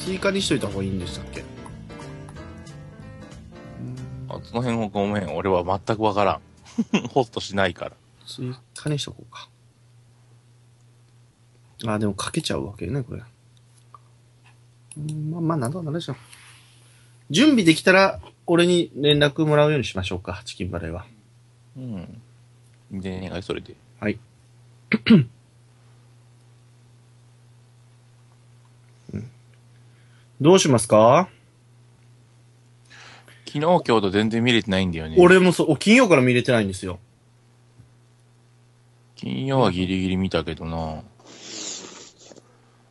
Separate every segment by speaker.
Speaker 1: 追加にしといた方がいいんでしたっけ
Speaker 2: あその辺もごめん。俺は全くわからん。 ホストしないから。
Speaker 1: 追加にしとこうか。あー、でもかけちゃうわけね、これ。うんまあ、まあ、なんとかなるでしょう。準備できたら、俺に連絡もらうようにしましょうか、チキンバレーは。
Speaker 2: うん。で、願いそれで。
Speaker 1: はい。うんどうしますか、
Speaker 2: 昨日、今日と全然見れてないんだよね。。
Speaker 1: 俺もそう、お金曜から見れてないんですよ。
Speaker 2: 金曜はギリギリ見たけどな。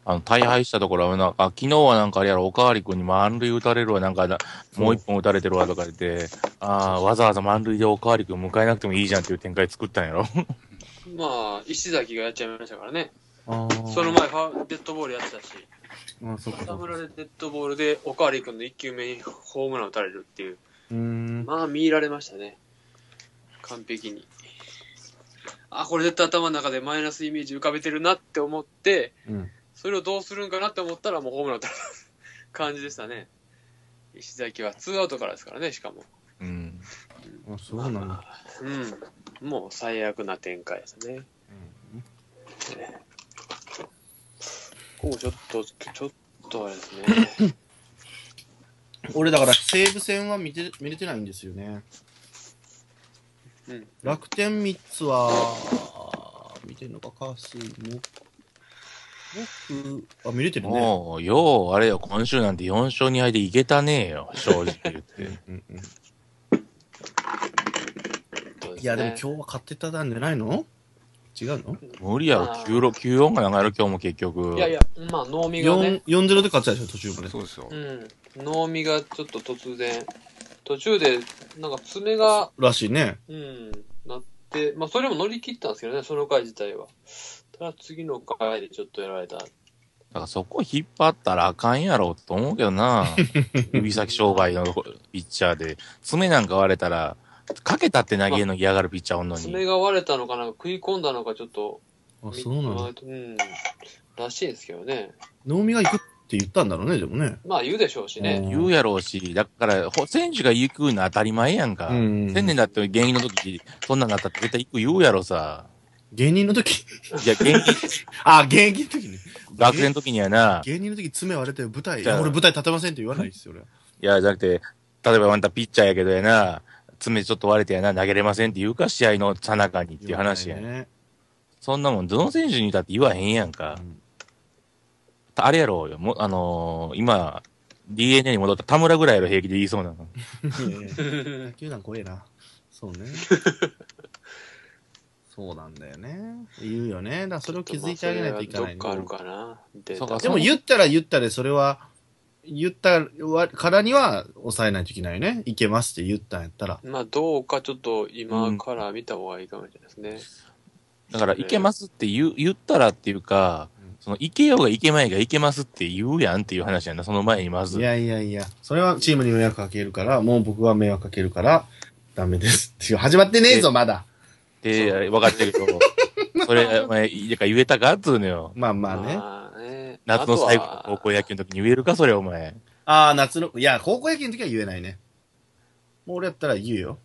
Speaker 2: あの、大敗したところはなんか、あ昨日はなんかあれやろ、おかわりくんに満塁打たれるわ、なんかな、もう一本打たれてるわとか言って、ああ、わざわざ満塁でおかわりくん迎えなくてもいいじゃんっていう展開作ったんやろ。
Speaker 3: まあ、石崎がやっちゃいましたからね。
Speaker 1: あ
Speaker 3: その前、ファデッドボールやってたし、
Speaker 1: あ、そっかそ
Speaker 3: 田
Speaker 1: っか。
Speaker 3: 村でデッドボールで、おかわり君の1球目にホームラン打たれるっていう。
Speaker 1: うーん。
Speaker 3: まあ、見入られましたね。完璧に。あ、これ絶対頭の中でマイナスイメージ浮かべてるなって思って、
Speaker 1: うん。
Speaker 3: それをどうするんかなって思ったら、もうホームラン打たれた感じでしたね。石崎はツーアウトからですからね、しかも。
Speaker 2: うん。
Speaker 1: あ、そうなんだ。
Speaker 3: うん。もう最悪な展開ですね。ここちょっと、ちょっとあれですね。
Speaker 1: 俺だから西武戦は見て見れてないんですよね。
Speaker 3: うん。
Speaker 1: 楽天3つは、見てんのか、カース、も、僕、あ、見れてるね。
Speaker 2: もう、よう、あれよ、今週なんて4勝2敗でいけたねえよ、正直言って。
Speaker 1: うんうん
Speaker 3: そうすね
Speaker 1: いや、でも今日は買ってたんじゃないの違うの
Speaker 2: 無理やろ、
Speaker 3: あー
Speaker 2: 9、4が長いやろ、今日も結局。
Speaker 3: いやいや、まあ、能見がね
Speaker 1: ?4、、4-0で勝ってたでしょ、途中まで。
Speaker 4: そうですよ
Speaker 3: う。ん。能見がちょっと突然、途中で、なんか爪が、
Speaker 1: らしいね。
Speaker 3: うん、なって、まあ、それも乗り切ったんですけどね、その回自体は。ただ、次の回でちょっとやられた。
Speaker 2: だからそこ引っ張ったらあかんやろと思うけど な。指先商売のピッチャーで、爪なんか割れたら、かけたって投げの嫌がるピッチャーおんの
Speaker 3: 爪
Speaker 2: に。
Speaker 3: が割れたのかなんか食い込んだのかちょっと、
Speaker 1: あ、そうなんだ。
Speaker 3: うん、らしいんですけどね。
Speaker 1: 能見が行くって言ったんだろうね、でもね。
Speaker 3: まあ、言うでしょうしね。
Speaker 2: 言うやろうし、だから、ほ選手が行くの当たり前やんか。
Speaker 1: うん
Speaker 2: 千年だって現役の時、そんなんなったって絶対行く言うやろさ。
Speaker 1: 芸人の時
Speaker 2: いや、現役、
Speaker 1: あ、現役の時ね。
Speaker 2: 学生の時にはな、
Speaker 1: 芸人の時爪割れて舞台、い
Speaker 2: じゃあ
Speaker 1: や俺舞台立てませんって言わないですよ、俺。
Speaker 2: いや、じゃなくて、例えばあんたピッチャーやけどやな、爪ちょっと割れてやな、投げれませんって言うか、試合のさなかにっていう話やん。
Speaker 1: ね。
Speaker 2: そんなもん、どの選手にだって言わへんやんか。あれやろうよ、もあのー今、DNA に戻った田村ぐらいやろ、平気で言いそうなの。
Speaker 1: いやいや 野球団怖えな。そうね。そうなんだよね。言うよね。だからそれを気づいてあげないといけないね、
Speaker 3: どっかあるかな。で
Speaker 2: そうか
Speaker 1: でも言ったら言ったで、それは、言ったからには抑えないといけないよね。いけますって言ったんやったら。
Speaker 3: まあ、どうかちょっと今から見た方がいいかもしれないですね。
Speaker 2: だから、いけますって言う言ったらっていうか
Speaker 1: うん、
Speaker 2: その、いけようがいけまいがいけますって言うやんっていう話やな、その前にまず。
Speaker 1: いやいやいや、それはチームに迷惑かけるから、もう僕は迷惑かけるから、ダメです。っていう始まってねえぞ、まだ。
Speaker 2: で、分かってるけど、 それ、お前、だから言えたかっつうのよ。
Speaker 1: まあまあね。
Speaker 3: まあね
Speaker 2: 夏の最後
Speaker 3: あ
Speaker 2: の
Speaker 3: と
Speaker 2: 高
Speaker 3: は
Speaker 2: 校野球の時に言えるか、それ、お前。
Speaker 1: ああ、夏の、いや、高校野球の時は言えないね。もう俺やったら言うよ。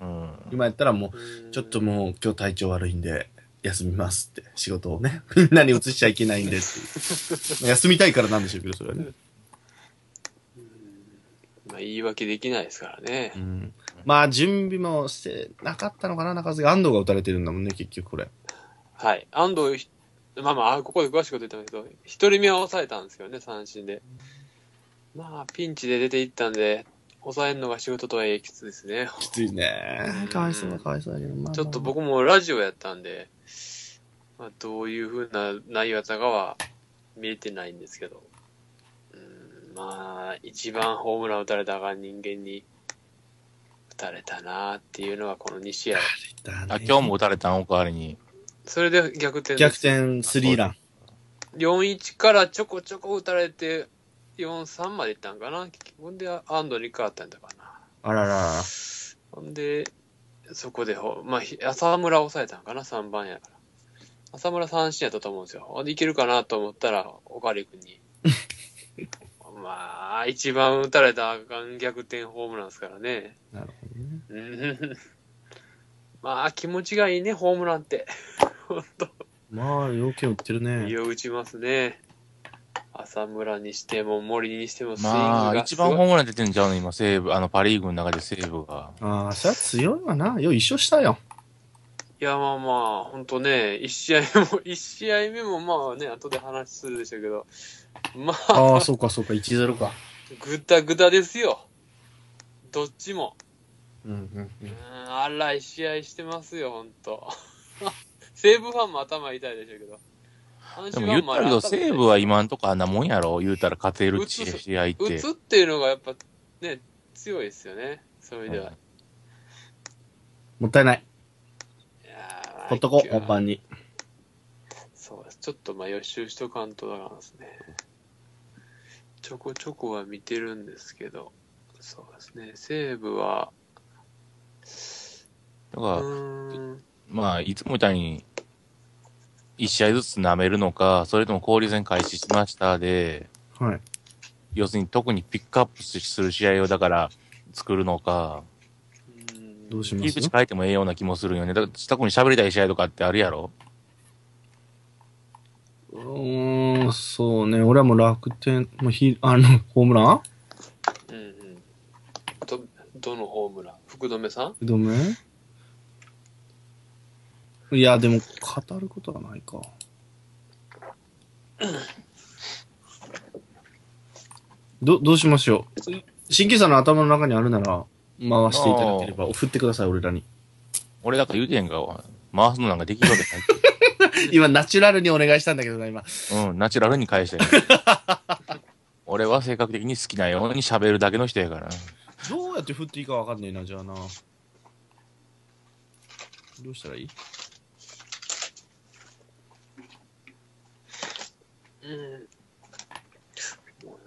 Speaker 2: うん。
Speaker 1: 今やったらもう、
Speaker 3: うん
Speaker 1: ちょっともう今日体調悪いんで、休みますって、仕事をね、 みんなに移しちゃいけないんですっていう 休みたいからなんでしょうけど、それはね。
Speaker 3: まあ、言い訳できないですからね
Speaker 1: う。ん、まあ、準備もしてなかったのかな、中津が。安藤が打たれてるんだもんね、結局これ。
Speaker 3: はい。安藤ひ、まあまああ、ここで詳しく出てますけど、一人目は抑えたんですよね、三振で。まあ、ピンチで出ていったんで、抑えるのが仕事とはいえきついですね。
Speaker 1: きついね。かわいそうだ、かわいそうだけど、まあまあ
Speaker 3: ちょっと僕もラジオやったんで、まあ、どういうふうな内容やったかは見えてないんですけど、うん、まあ、一番ホームラン打たれたが人間に打たれたなっていうのがこの2試合。
Speaker 1: だね
Speaker 2: あ、今日も打たれたん、おかわりに。
Speaker 3: それで逆転で
Speaker 1: 逆
Speaker 3: す。
Speaker 1: 転スリーラン。
Speaker 3: 4-1からちょこちょこ打たれて、4-3までいったんかなほんで、安藤に変わったんだかな。
Speaker 1: あららら。
Speaker 3: ほんで、そこでほ、まあ、ひ浅村を抑えたんかな、3番やから。浅村三振やったと思うんですよ。ほんで、いけるかなと思ったら、おかわり君に、 まあ、一番打たれたらあかん逆転ホームランですからね。
Speaker 1: なるほどね。
Speaker 3: うん まあ、気持ちがいいね、ホームランって。本当
Speaker 1: まあ、要件売ってるね
Speaker 3: 身。を打ちますね。浅村にしても森にしてもスイング
Speaker 2: まあ、
Speaker 3: が
Speaker 2: 一
Speaker 3: すごい
Speaker 2: 番ホームラン出てんちゃうの、今、西武、あの、パリーグの中で西武が。
Speaker 1: ああ、それは強いわな。よ、一緒した よ。
Speaker 3: いや、まあまあ、ほんとね、一試合も、 一試合目もまあね、後で話するでしょうけど、まあ、
Speaker 1: ああ、そうかそうか、1-0か。
Speaker 3: ぐだぐだですよ。どっちも。
Speaker 1: うんうんう。
Speaker 3: うんん、荒い試合してますよ、ほんと。 西武ファンも頭痛いでしょうけど。阪
Speaker 2: でも
Speaker 3: 神
Speaker 2: 言っ
Speaker 3: ファン
Speaker 2: たけど、
Speaker 3: 頭痛い
Speaker 2: 西武は今んとこあんなもんやろ言うたら勝てる試
Speaker 3: 打つ
Speaker 2: 試合っ
Speaker 3: 打
Speaker 2: て。
Speaker 3: つっていうのがやっぱね、強いですよね。そういう意味では。
Speaker 1: もったいない。
Speaker 3: いやー
Speaker 1: ほっとこ
Speaker 3: 一
Speaker 1: う、
Speaker 3: 挙
Speaker 1: 本番に。
Speaker 3: そうです。ちょっとまあ予習しとかんとだからですね。ちょこちょこは見てるんですけど、そうですね。西武は、
Speaker 2: だか
Speaker 3: う
Speaker 2: ら、
Speaker 3: ーん、
Speaker 2: まあ、いつもみたいに、一試合ずつ舐めるのか、それとも交流戦開始しましたで、
Speaker 1: はい。
Speaker 2: 要するに特にピックアップする試合をだから作るのか、
Speaker 1: どうし
Speaker 2: 切
Speaker 1: ま
Speaker 2: り
Speaker 1: す
Speaker 2: 口変えてもええような気もするよね。だから、特に喋りたい試合とかってあるやろ
Speaker 1: うーん、そうね。俺はもう楽天、もうヒあの、ホームラン
Speaker 3: うんうん。ど、どのホームラン福留さん
Speaker 1: うどめいや、でも、語ることはないか。ど、どうしましょう。新旧さんの頭の中にあるなら、回していただければ、振ってください、俺らに。
Speaker 2: 俺だから言うてんが、回すのなんかできるわけない
Speaker 1: 今、ナチュラルにお願いしたんだけどな、今。
Speaker 2: うん、ナチュラルに返したよ。 俺は性格的に好きなように喋るだけの人やから。
Speaker 1: どうやって振っていいかわかんねえな、じゃあな。どうしたらいい
Speaker 3: うん。も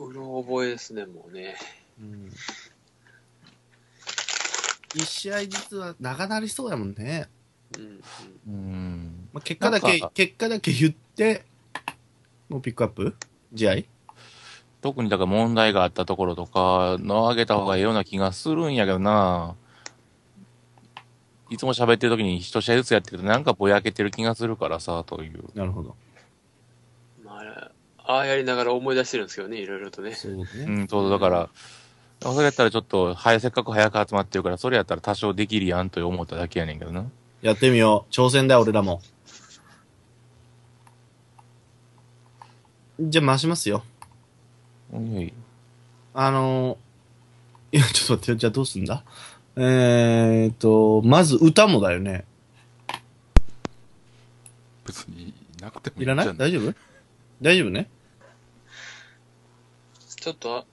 Speaker 3: うな、うろ覚えですね、もうね。
Speaker 1: うん。一試合実は長なりそうやもんね。
Speaker 3: うん、うん。
Speaker 2: うん。
Speaker 1: まあ、結果だ
Speaker 2: なん
Speaker 1: け
Speaker 2: か、
Speaker 1: 結果だけ言って、もうピックアップ試合
Speaker 2: 特にだから問題があったところとかのあげた方がええような気がするんやけどな。いつも喋ってる時に一試合ずつやってるとなんかぼやけてる気がするからさ、という。
Speaker 1: なるほど。
Speaker 3: まあ、ああやりながら思い出してるんですけどね、いろいろとね。
Speaker 1: そうね。
Speaker 2: うん、そうそうだから、それやったらちょっと、はい、せっかく早く集まってるから、それやったら多少できるやんと思っただけやねんけどな。
Speaker 1: やってみよう。挑戦だよ、俺らも。じゃあ回しますよ。
Speaker 2: うんいやいや
Speaker 1: あのー、いや、ちょっと待ってよ。じゃあどうすんだえーっと、まず歌もだよね。
Speaker 4: 別にいなくても
Speaker 1: いら
Speaker 4: ん
Speaker 1: な
Speaker 4: じゃ
Speaker 1: い大丈夫大丈夫ね
Speaker 3: ちょっと、あ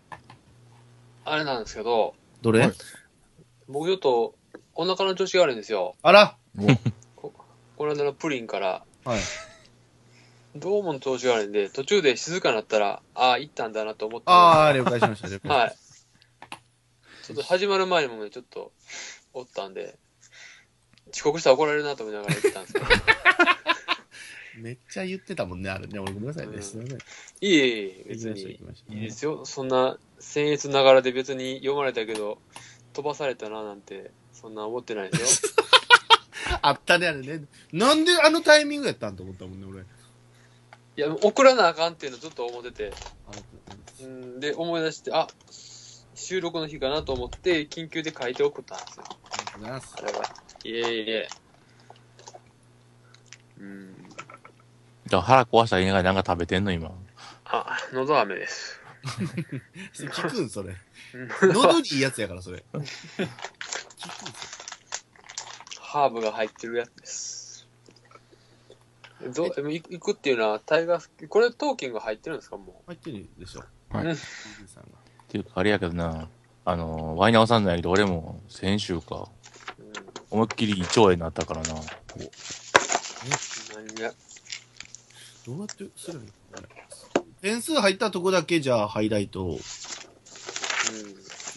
Speaker 3: あれなんですけど、
Speaker 1: どれ、
Speaker 4: はい
Speaker 3: 僕ちょっと、お腹の調子が悪いんですよ。
Speaker 1: あら
Speaker 3: ここの間のプリンから、
Speaker 1: はい。
Speaker 3: どうも調子が悪いんで、途中で静かになったら、ああ、行ったんだなと思って。
Speaker 1: あー、了解しました、了解。
Speaker 3: はい。ちょっと始まる前にもね、ちょっと、おったんで、遅刻したら怒られるなと思いながら行ったんです けど。
Speaker 1: めっちゃ言ってたもんね、あれね。俺ごめんなさいね。すいません。
Speaker 3: いえいえ、
Speaker 1: 行き
Speaker 3: 別
Speaker 1: ましょう、
Speaker 3: に
Speaker 1: 行き。ましょう。
Speaker 3: いいですよ。そんな、僭越ながらで別に読まれたけど、飛ばされたななんて、そんな思ってないですよ。
Speaker 1: あったね、あれね。なんであのタイミングやったんと思ったもんね、俺。
Speaker 3: い や、送らなあかんっていうのずっと思ってて。うん、で、思い出して、あ、収録の日かなと思って、緊急で書いて送ったんですよ。
Speaker 1: ありがとうございます
Speaker 3: あ。れは。いえいえ。うん。
Speaker 2: だから腹壊したら言いながらなんか食べてんの、今。
Speaker 3: あ、喉飴です。
Speaker 1: それ聞くん、それ。
Speaker 3: うん
Speaker 1: 喉にいいやつやから、それ。
Speaker 3: ハーブが入ってるやつです。どう、でもい行くっていうのは、タイガース、これトーキング入ってるんですか、も
Speaker 1: 入ってるでしょ。
Speaker 4: はい
Speaker 1: うんさんが
Speaker 2: っていうか、あれやけどな、あのー、ワイナオさんじゃないけど、俺も先週か、
Speaker 3: う。うん、
Speaker 2: 思いっきり胃腸炎になったからな。
Speaker 3: 何が、
Speaker 1: どうやってするのあれ点数入ったとこだけ、じゃあ、ハイライトを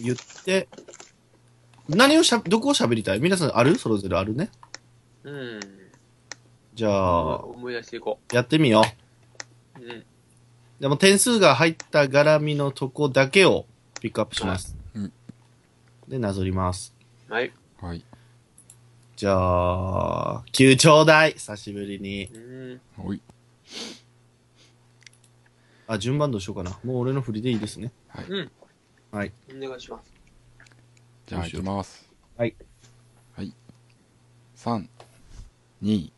Speaker 1: 言って、何をしゃ、どこを喋りたい皆さんあるそれぞれあるね。
Speaker 3: うん。うん。
Speaker 1: じゃあ、
Speaker 3: 思い出していこ
Speaker 1: やってみよ
Speaker 3: う。うん。
Speaker 1: じゃあもう点数が入った絡みのとこだけをピックアップします。
Speaker 4: うん
Speaker 1: で、なぞります。
Speaker 3: はい。
Speaker 4: はい。
Speaker 1: じゃあ、9ちょうだい久しぶりに。
Speaker 3: うん。
Speaker 4: おい。
Speaker 1: あ、順番どうしようかな。もう俺の振りでいいですね。
Speaker 3: うん。
Speaker 1: はい。
Speaker 3: お願いします。
Speaker 4: じゃあ、いきます。
Speaker 1: はい。
Speaker 4: はい。3、2、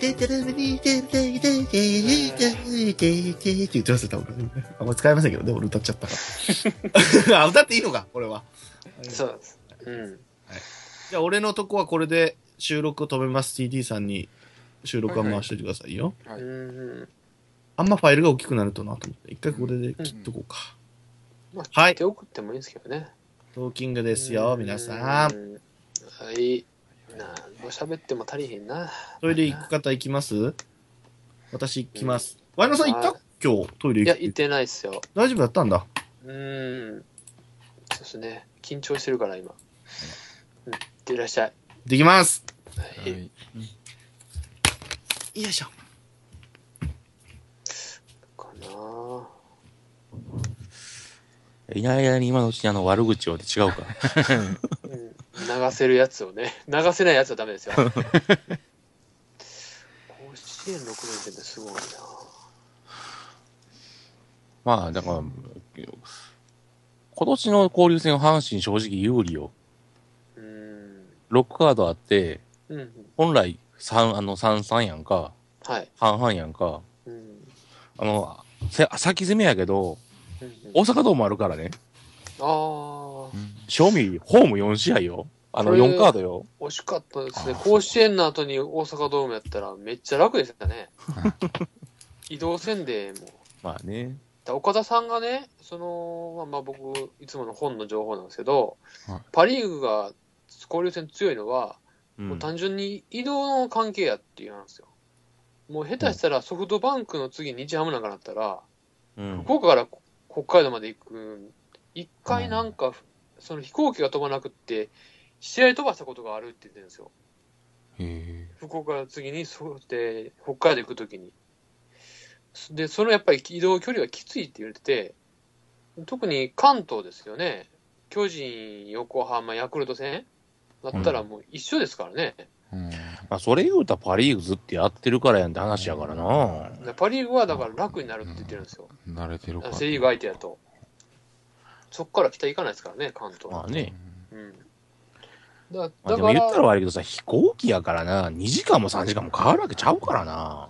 Speaker 1: でてれれりでてれれりでてれれりでてれれりって言ってますよ、多分。あんまり使いませんけどね、俺歌っちゃったから。あ、歌っていいのか、これは。
Speaker 3: そうです。うん。
Speaker 1: じゃあ、俺のとこはこれで収録を止めます。TD さんに収録は回しといてくださいよ。
Speaker 4: はい
Speaker 3: うん。
Speaker 1: あんまファイルが大きくなるとなと思って、一回これで切っとこうか。
Speaker 3: まあ、
Speaker 1: はい
Speaker 3: 手送ってもいいんですけどね。
Speaker 1: トーキングですよ、
Speaker 3: うん
Speaker 1: 皆さん。。
Speaker 3: はい。なんぼ喋っても足りへんな。
Speaker 1: トイレ行く方行きます私行きます。ワイナさん行った
Speaker 3: はい
Speaker 1: 今日トイレ
Speaker 3: い
Speaker 1: 行
Speaker 3: や、
Speaker 1: く
Speaker 3: 行ってないっすよ。
Speaker 1: 大丈夫だったんだ。
Speaker 3: うん。そうですね。緊張してるから、今。うん。いってらっしゃい。
Speaker 1: できます。
Speaker 3: はい。
Speaker 4: はい。
Speaker 1: よいしょ。
Speaker 3: かなぁ
Speaker 2: いない間に今のうちにあの悪口をって違うか。
Speaker 3: うん流せるやつをね 流せないやつはダメですよ甲子園6年生ってすごいな
Speaker 2: まあ、だから、今年の交流戦は阪神正直有利よ。
Speaker 3: うん
Speaker 2: 6カードあって、
Speaker 3: うん
Speaker 2: 本来3、あの、3、3やんか、
Speaker 3: はい
Speaker 2: 半々やんか、
Speaker 3: うん
Speaker 2: あの、せ先攻めやけど、
Speaker 3: うんうん
Speaker 2: 大阪ドームあるからね、
Speaker 3: ああ
Speaker 2: 賞味、ホーム4試合よ。あの、
Speaker 3: これ
Speaker 2: 4カードよ。
Speaker 3: 惜しかったですね甲子園の後に大阪ドームやったらめっちゃ楽でした ね移動せんでもう
Speaker 2: まあね。
Speaker 3: だ岡田さんがね、その、まあ、まあ僕、いつもの本の情報なんですけど、
Speaker 4: はい
Speaker 3: パ・リーグが交流戦強いのは、
Speaker 2: う、
Speaker 3: もうん単純に移動の関係やっていう話ですよ。もう下手したらソフトバンクの次日ハムなんかなったら、
Speaker 2: うん
Speaker 3: 福岡からこ北海道まで行く、一回なんか、その飛行機が飛ばなくって、試合飛ばしたことがあるって言ってるんですよ。
Speaker 4: え
Speaker 3: 福岡の次に、そうで、北海道行くときに。で、そのやっぱり移動距離がきついって言われてて、特に関東ですよね。巨人、横浜、ヤクルト戦だったらもう一緒ですからね。
Speaker 4: ーうん。
Speaker 2: まあ、それ言うたらパリーグずっとやってるからやんって話やからな。
Speaker 3: でパ・リーグはだから楽になるって言ってるんですよ、
Speaker 4: 慣れてるから。
Speaker 3: セ・リーグ相手だと。そこから北行かないですからね、関東。
Speaker 2: まあね。
Speaker 3: うん、だ
Speaker 2: まあ、
Speaker 3: だ
Speaker 2: で
Speaker 3: か
Speaker 2: も言
Speaker 3: ら、
Speaker 2: ったら悪いけどさ、飛行機やからな、2時間も3時間も変わるわけちゃうからな。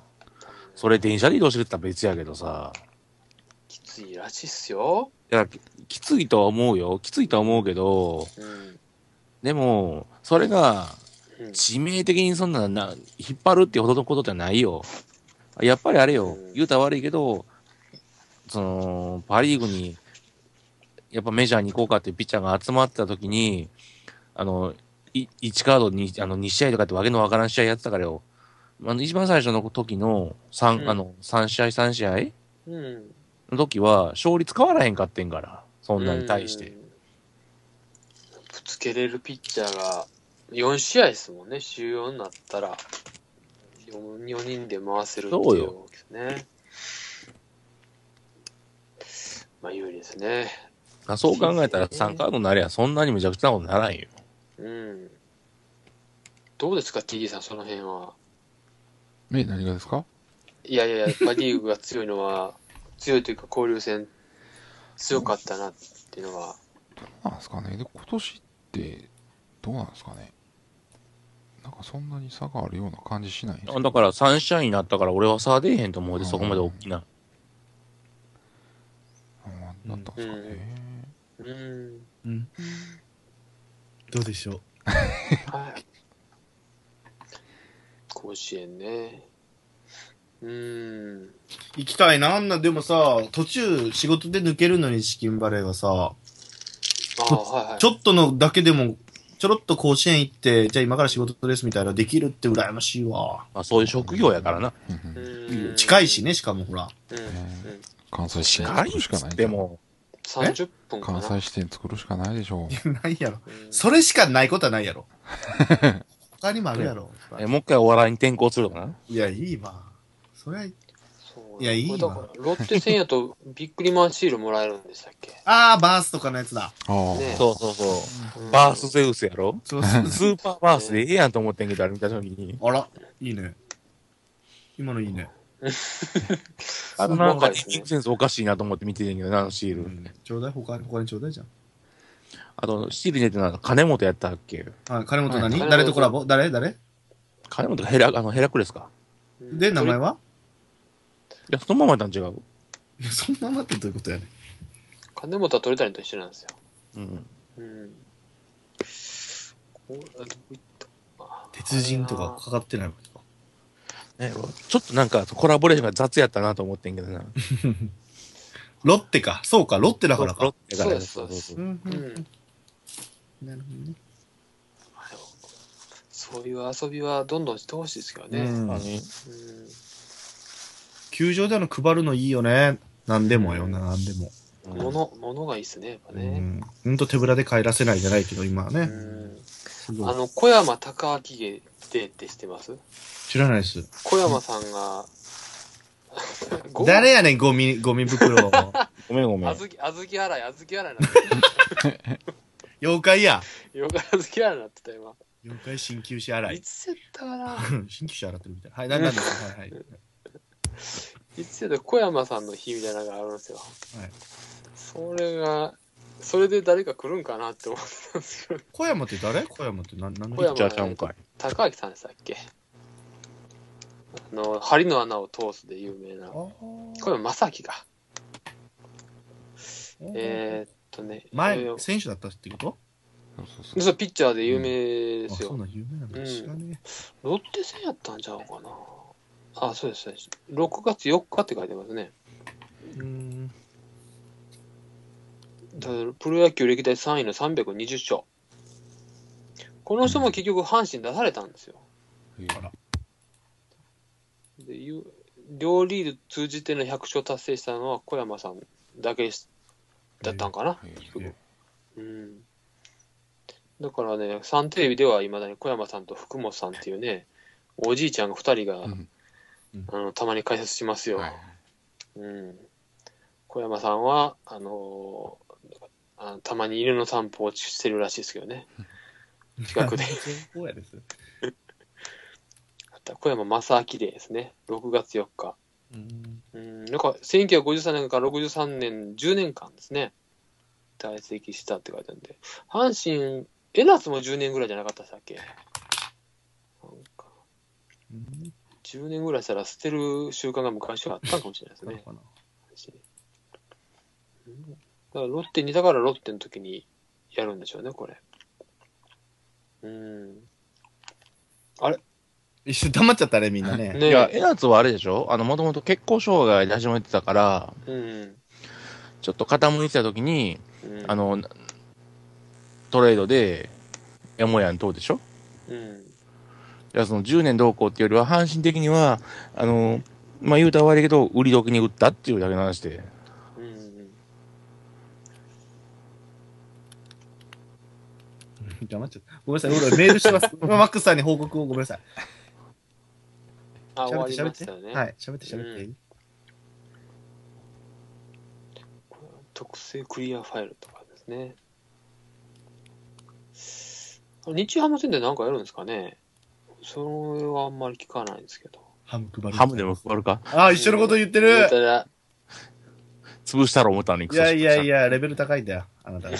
Speaker 2: それ電車で移動してるって言ったら別やけどさ。
Speaker 3: きついらしいっすよ。
Speaker 2: いや、ききついとは思うよ。きついとは思うけど、
Speaker 3: うん
Speaker 2: でも、それが、
Speaker 3: うん
Speaker 2: 致命的にそんな、な、引っ張るってほどのことじゃないよ。やっぱりあれよ
Speaker 3: うん、
Speaker 2: 言うたら悪いけど、その、パリーグに、やっぱメジャーに行こうかっていうピッチャーが集まった時に、あの、い1カードに、あの、2試合とかってわけのわからん試合やってたからよ。あの、一番最初の時の3、
Speaker 3: うん
Speaker 2: あの、三試合3試合
Speaker 3: うん、
Speaker 2: の時は、勝率変わらへんかってんから、そんなに対して
Speaker 3: う。んぶつけれるピッチャーが4試合ですもんね、週4になったら 4, 4人で回せるっていう
Speaker 2: そうよ
Speaker 3: ことですね。まあ有利ですね。
Speaker 2: あそう考えたら3カードになりゃそんなにめちゃくちゃなことならんよ。
Speaker 3: うん。どうですか、TD さん、その辺は。
Speaker 4: え、何がですか
Speaker 3: いやいやいや、パ・リーグが 強いのは、強いというか、交流戦、強かったなっていうのは、
Speaker 4: うなんですかね。で、今年って、どうなんですかね。なんかそんなに差があるような感じしないんですけど
Speaker 2: だから、サンシャインになったから、俺は差出えへんと思うで、そこまで大きな。
Speaker 4: あーなったんですかね。
Speaker 3: うん。
Speaker 1: うん。どうでしょう。
Speaker 3: はい。甲子園ね。うん。
Speaker 1: 行きたいな、あんな、でもさ、途中仕事で抜けるのに資金バレーがさ、
Speaker 3: ああ、はいはい。
Speaker 1: ちょっとのだけでも、ちょろっと甲子園行って、じゃあ今から仕事ですみたいな、できるって羨ましいわ。
Speaker 2: まあ、そういう職業やからな。
Speaker 4: うんうん
Speaker 3: うん
Speaker 1: 近いし。ね、しかもほら。
Speaker 3: うん。うん
Speaker 4: 関西支店
Speaker 2: ガ
Speaker 4: 作
Speaker 2: リ
Speaker 4: るしかないんじ
Speaker 2: で
Speaker 4: ゃない
Speaker 2: も、
Speaker 3: 30分か
Speaker 4: 関
Speaker 3: な。
Speaker 4: 西支店作るしかないでし ょ う。
Speaker 1: ないやろ。
Speaker 3: うん
Speaker 1: それしかないことはないや ろ。他にもあるやろ。
Speaker 2: えもう一回お笑いに転向するのかない
Speaker 1: や、いいわ。それは、
Speaker 3: そう
Speaker 1: いやいいわ
Speaker 3: これだから、ロッテ戦やとビックリマンシールもらえるんでしたっ け
Speaker 1: あー、バースとかのやつだ。
Speaker 4: ああ、
Speaker 3: ね
Speaker 2: そうそうそう。バースゼウスやろ
Speaker 1: そうそう
Speaker 2: スーパーバースでええやんと思ってんけど、あれ見たときに。
Speaker 1: あら、いいね。今のいいね。
Speaker 2: あ
Speaker 3: そ
Speaker 2: の
Speaker 3: う
Speaker 2: なんか、
Speaker 3: そう
Speaker 2: リッチセンスおかしいなと思って見ててんけどな、あのシー
Speaker 1: う
Speaker 2: ル。
Speaker 1: ん、ちょうだい、他に、他にちょうだいじゃん。
Speaker 2: あと、シールに出てるのは金本やったっけ
Speaker 1: はい、金本
Speaker 4: は
Speaker 1: 何、
Speaker 4: い
Speaker 3: 金本
Speaker 1: 誰とコラボ誰誰
Speaker 2: 金本がヘラ、あの、ヘラクレスか。
Speaker 3: うん
Speaker 1: で、名前はい
Speaker 2: や、そのままやったん違う。
Speaker 1: いや、そんな待ってどういうことやねん
Speaker 3: 金本は鳥谷と一緒なんですよ。
Speaker 2: うん。
Speaker 3: うん。こうあどこ行ったかな
Speaker 1: 鉄人とかかかってないわけか。
Speaker 2: ね、ちょっとなんか、コラボレーションが雑やったなと思ってんけどな。
Speaker 1: ロッテか。そうか、ロッテだから
Speaker 2: ロッ
Speaker 1: か。
Speaker 2: テからや
Speaker 3: そうです
Speaker 1: うんうん
Speaker 3: う
Speaker 1: うん
Speaker 3: ん。
Speaker 1: なるほどね。
Speaker 3: そういう遊びはどんどんしてほしいですけどね。
Speaker 1: うん
Speaker 2: あの
Speaker 3: うん
Speaker 1: 球場であの配るのいいよね。何でもよな、何でも。
Speaker 2: うん
Speaker 3: 物、物がいいっすね、やっぱ
Speaker 1: う
Speaker 3: ね。
Speaker 1: ん。ほんと手ぶらで帰らせないじゃないけど、今は
Speaker 3: う
Speaker 1: ね。
Speaker 3: ん。
Speaker 1: す
Speaker 3: あ
Speaker 1: ごい
Speaker 3: の、小山隆明でって知ってます
Speaker 1: 知らないです。
Speaker 3: 小山さんが、
Speaker 1: 誰やねん、ゴミ、ゴミ袋。
Speaker 2: ごめんごめ
Speaker 3: あ
Speaker 2: ん。
Speaker 3: ずき、あずき洗い、あずき洗いになって
Speaker 1: 妖怪や。
Speaker 3: た。よくあずき洗いになってた、今。
Speaker 1: 妖怪鍼灸師洗
Speaker 3: い
Speaker 1: い。
Speaker 3: つやったかな
Speaker 1: 鍼灸師洗ってるみたいな。はい、なんなんですかはいはい。
Speaker 3: いつやったか小山さんの日みたいなのがあるんですよ。
Speaker 1: はい
Speaker 3: それが、それで誰か来るんかなって思ってたんですけど、
Speaker 1: 小山って誰小山って何、何の
Speaker 3: 小山
Speaker 2: じゃあちゃうんかい。
Speaker 3: 高明さんでしたっけあの、針の穴を通すで有名な。小山正明が。えー、っとね、
Speaker 1: 前
Speaker 3: えー、
Speaker 1: 選手だったってこと
Speaker 4: そうそうそう。
Speaker 3: そう、ピッチャーで有名で
Speaker 1: あ、
Speaker 3: すよ。
Speaker 1: そうなん、有名なんだ。知らね
Speaker 3: ロッテ戦やったんちゃうかな。あ、そうです、そうです。6月4日って書いてますね。
Speaker 1: え。うん。
Speaker 3: だからプロ野球歴代3位の320勝。この人も結局阪神出されたんですよ。
Speaker 4: え
Speaker 1: あら
Speaker 3: でゆ両リーグ通じての100勝達成したのは小山さんだけしだったんかな。
Speaker 4: え
Speaker 1: え
Speaker 3: うん。だからね、サンテレビではいまだに小山さんと福本さんっていうね、おじいちゃんが2人が、
Speaker 4: うん
Speaker 3: あのたまに解説しますよ。
Speaker 4: はい
Speaker 3: うん、小山さんはあのーあのたまに犬の散歩をしてるらしいですけどね 近くで
Speaker 1: そうやです。
Speaker 3: あとは小山正明デーですね6月4日
Speaker 1: うん。
Speaker 3: うんなんか1953年から63年10年間ですね在籍したって書いてあるんで阪神江夏も10年ぐらいじゃなかったでしたっけなんか10年ぐらいしたら捨てる習慣が昔はあったかもしれないです
Speaker 1: なの
Speaker 3: ね
Speaker 1: かな
Speaker 3: しうんだからロッテに、だからロッテの時にやるんでしょうね、これ。うん。
Speaker 1: 一瞬黙っちゃったね、みんなね。
Speaker 2: い
Speaker 3: ね
Speaker 2: や、
Speaker 3: え。
Speaker 2: えなつはあれでしょあの、もともと血行障害で始めてたから、
Speaker 3: うん。
Speaker 2: ちょっと傾いてたときに、
Speaker 3: うん
Speaker 2: あ、の、トレードで、やもやんとうでしょ
Speaker 3: うん。
Speaker 2: いや、その10年どうこうっていうよりは、阪神的には、あの、まあ、言うたら悪いけど、売り時に売ったっていうだけの話で。
Speaker 3: うん。
Speaker 1: 黙っちゃった。ごめんなさい、俺メールして ます。マックスさんに報告をごめんなさい。
Speaker 3: あ、終
Speaker 1: 喋
Speaker 3: わ
Speaker 1: っ
Speaker 3: り
Speaker 1: て喋
Speaker 3: ま
Speaker 1: って
Speaker 3: し。たよね。
Speaker 1: はい、喋って喋って。
Speaker 3: 特製クリアファイルとかですね。日ハム戦で何かやるんですかねそれはあんまり聞かないですけど。
Speaker 1: ハム配る。
Speaker 2: ハムでも配るか
Speaker 1: あ、一緒のこと言ってる
Speaker 3: ただ
Speaker 2: 潰したら思ったのに
Speaker 1: いやいやい
Speaker 2: や。
Speaker 1: や、レベル高いんだよ、あなたが。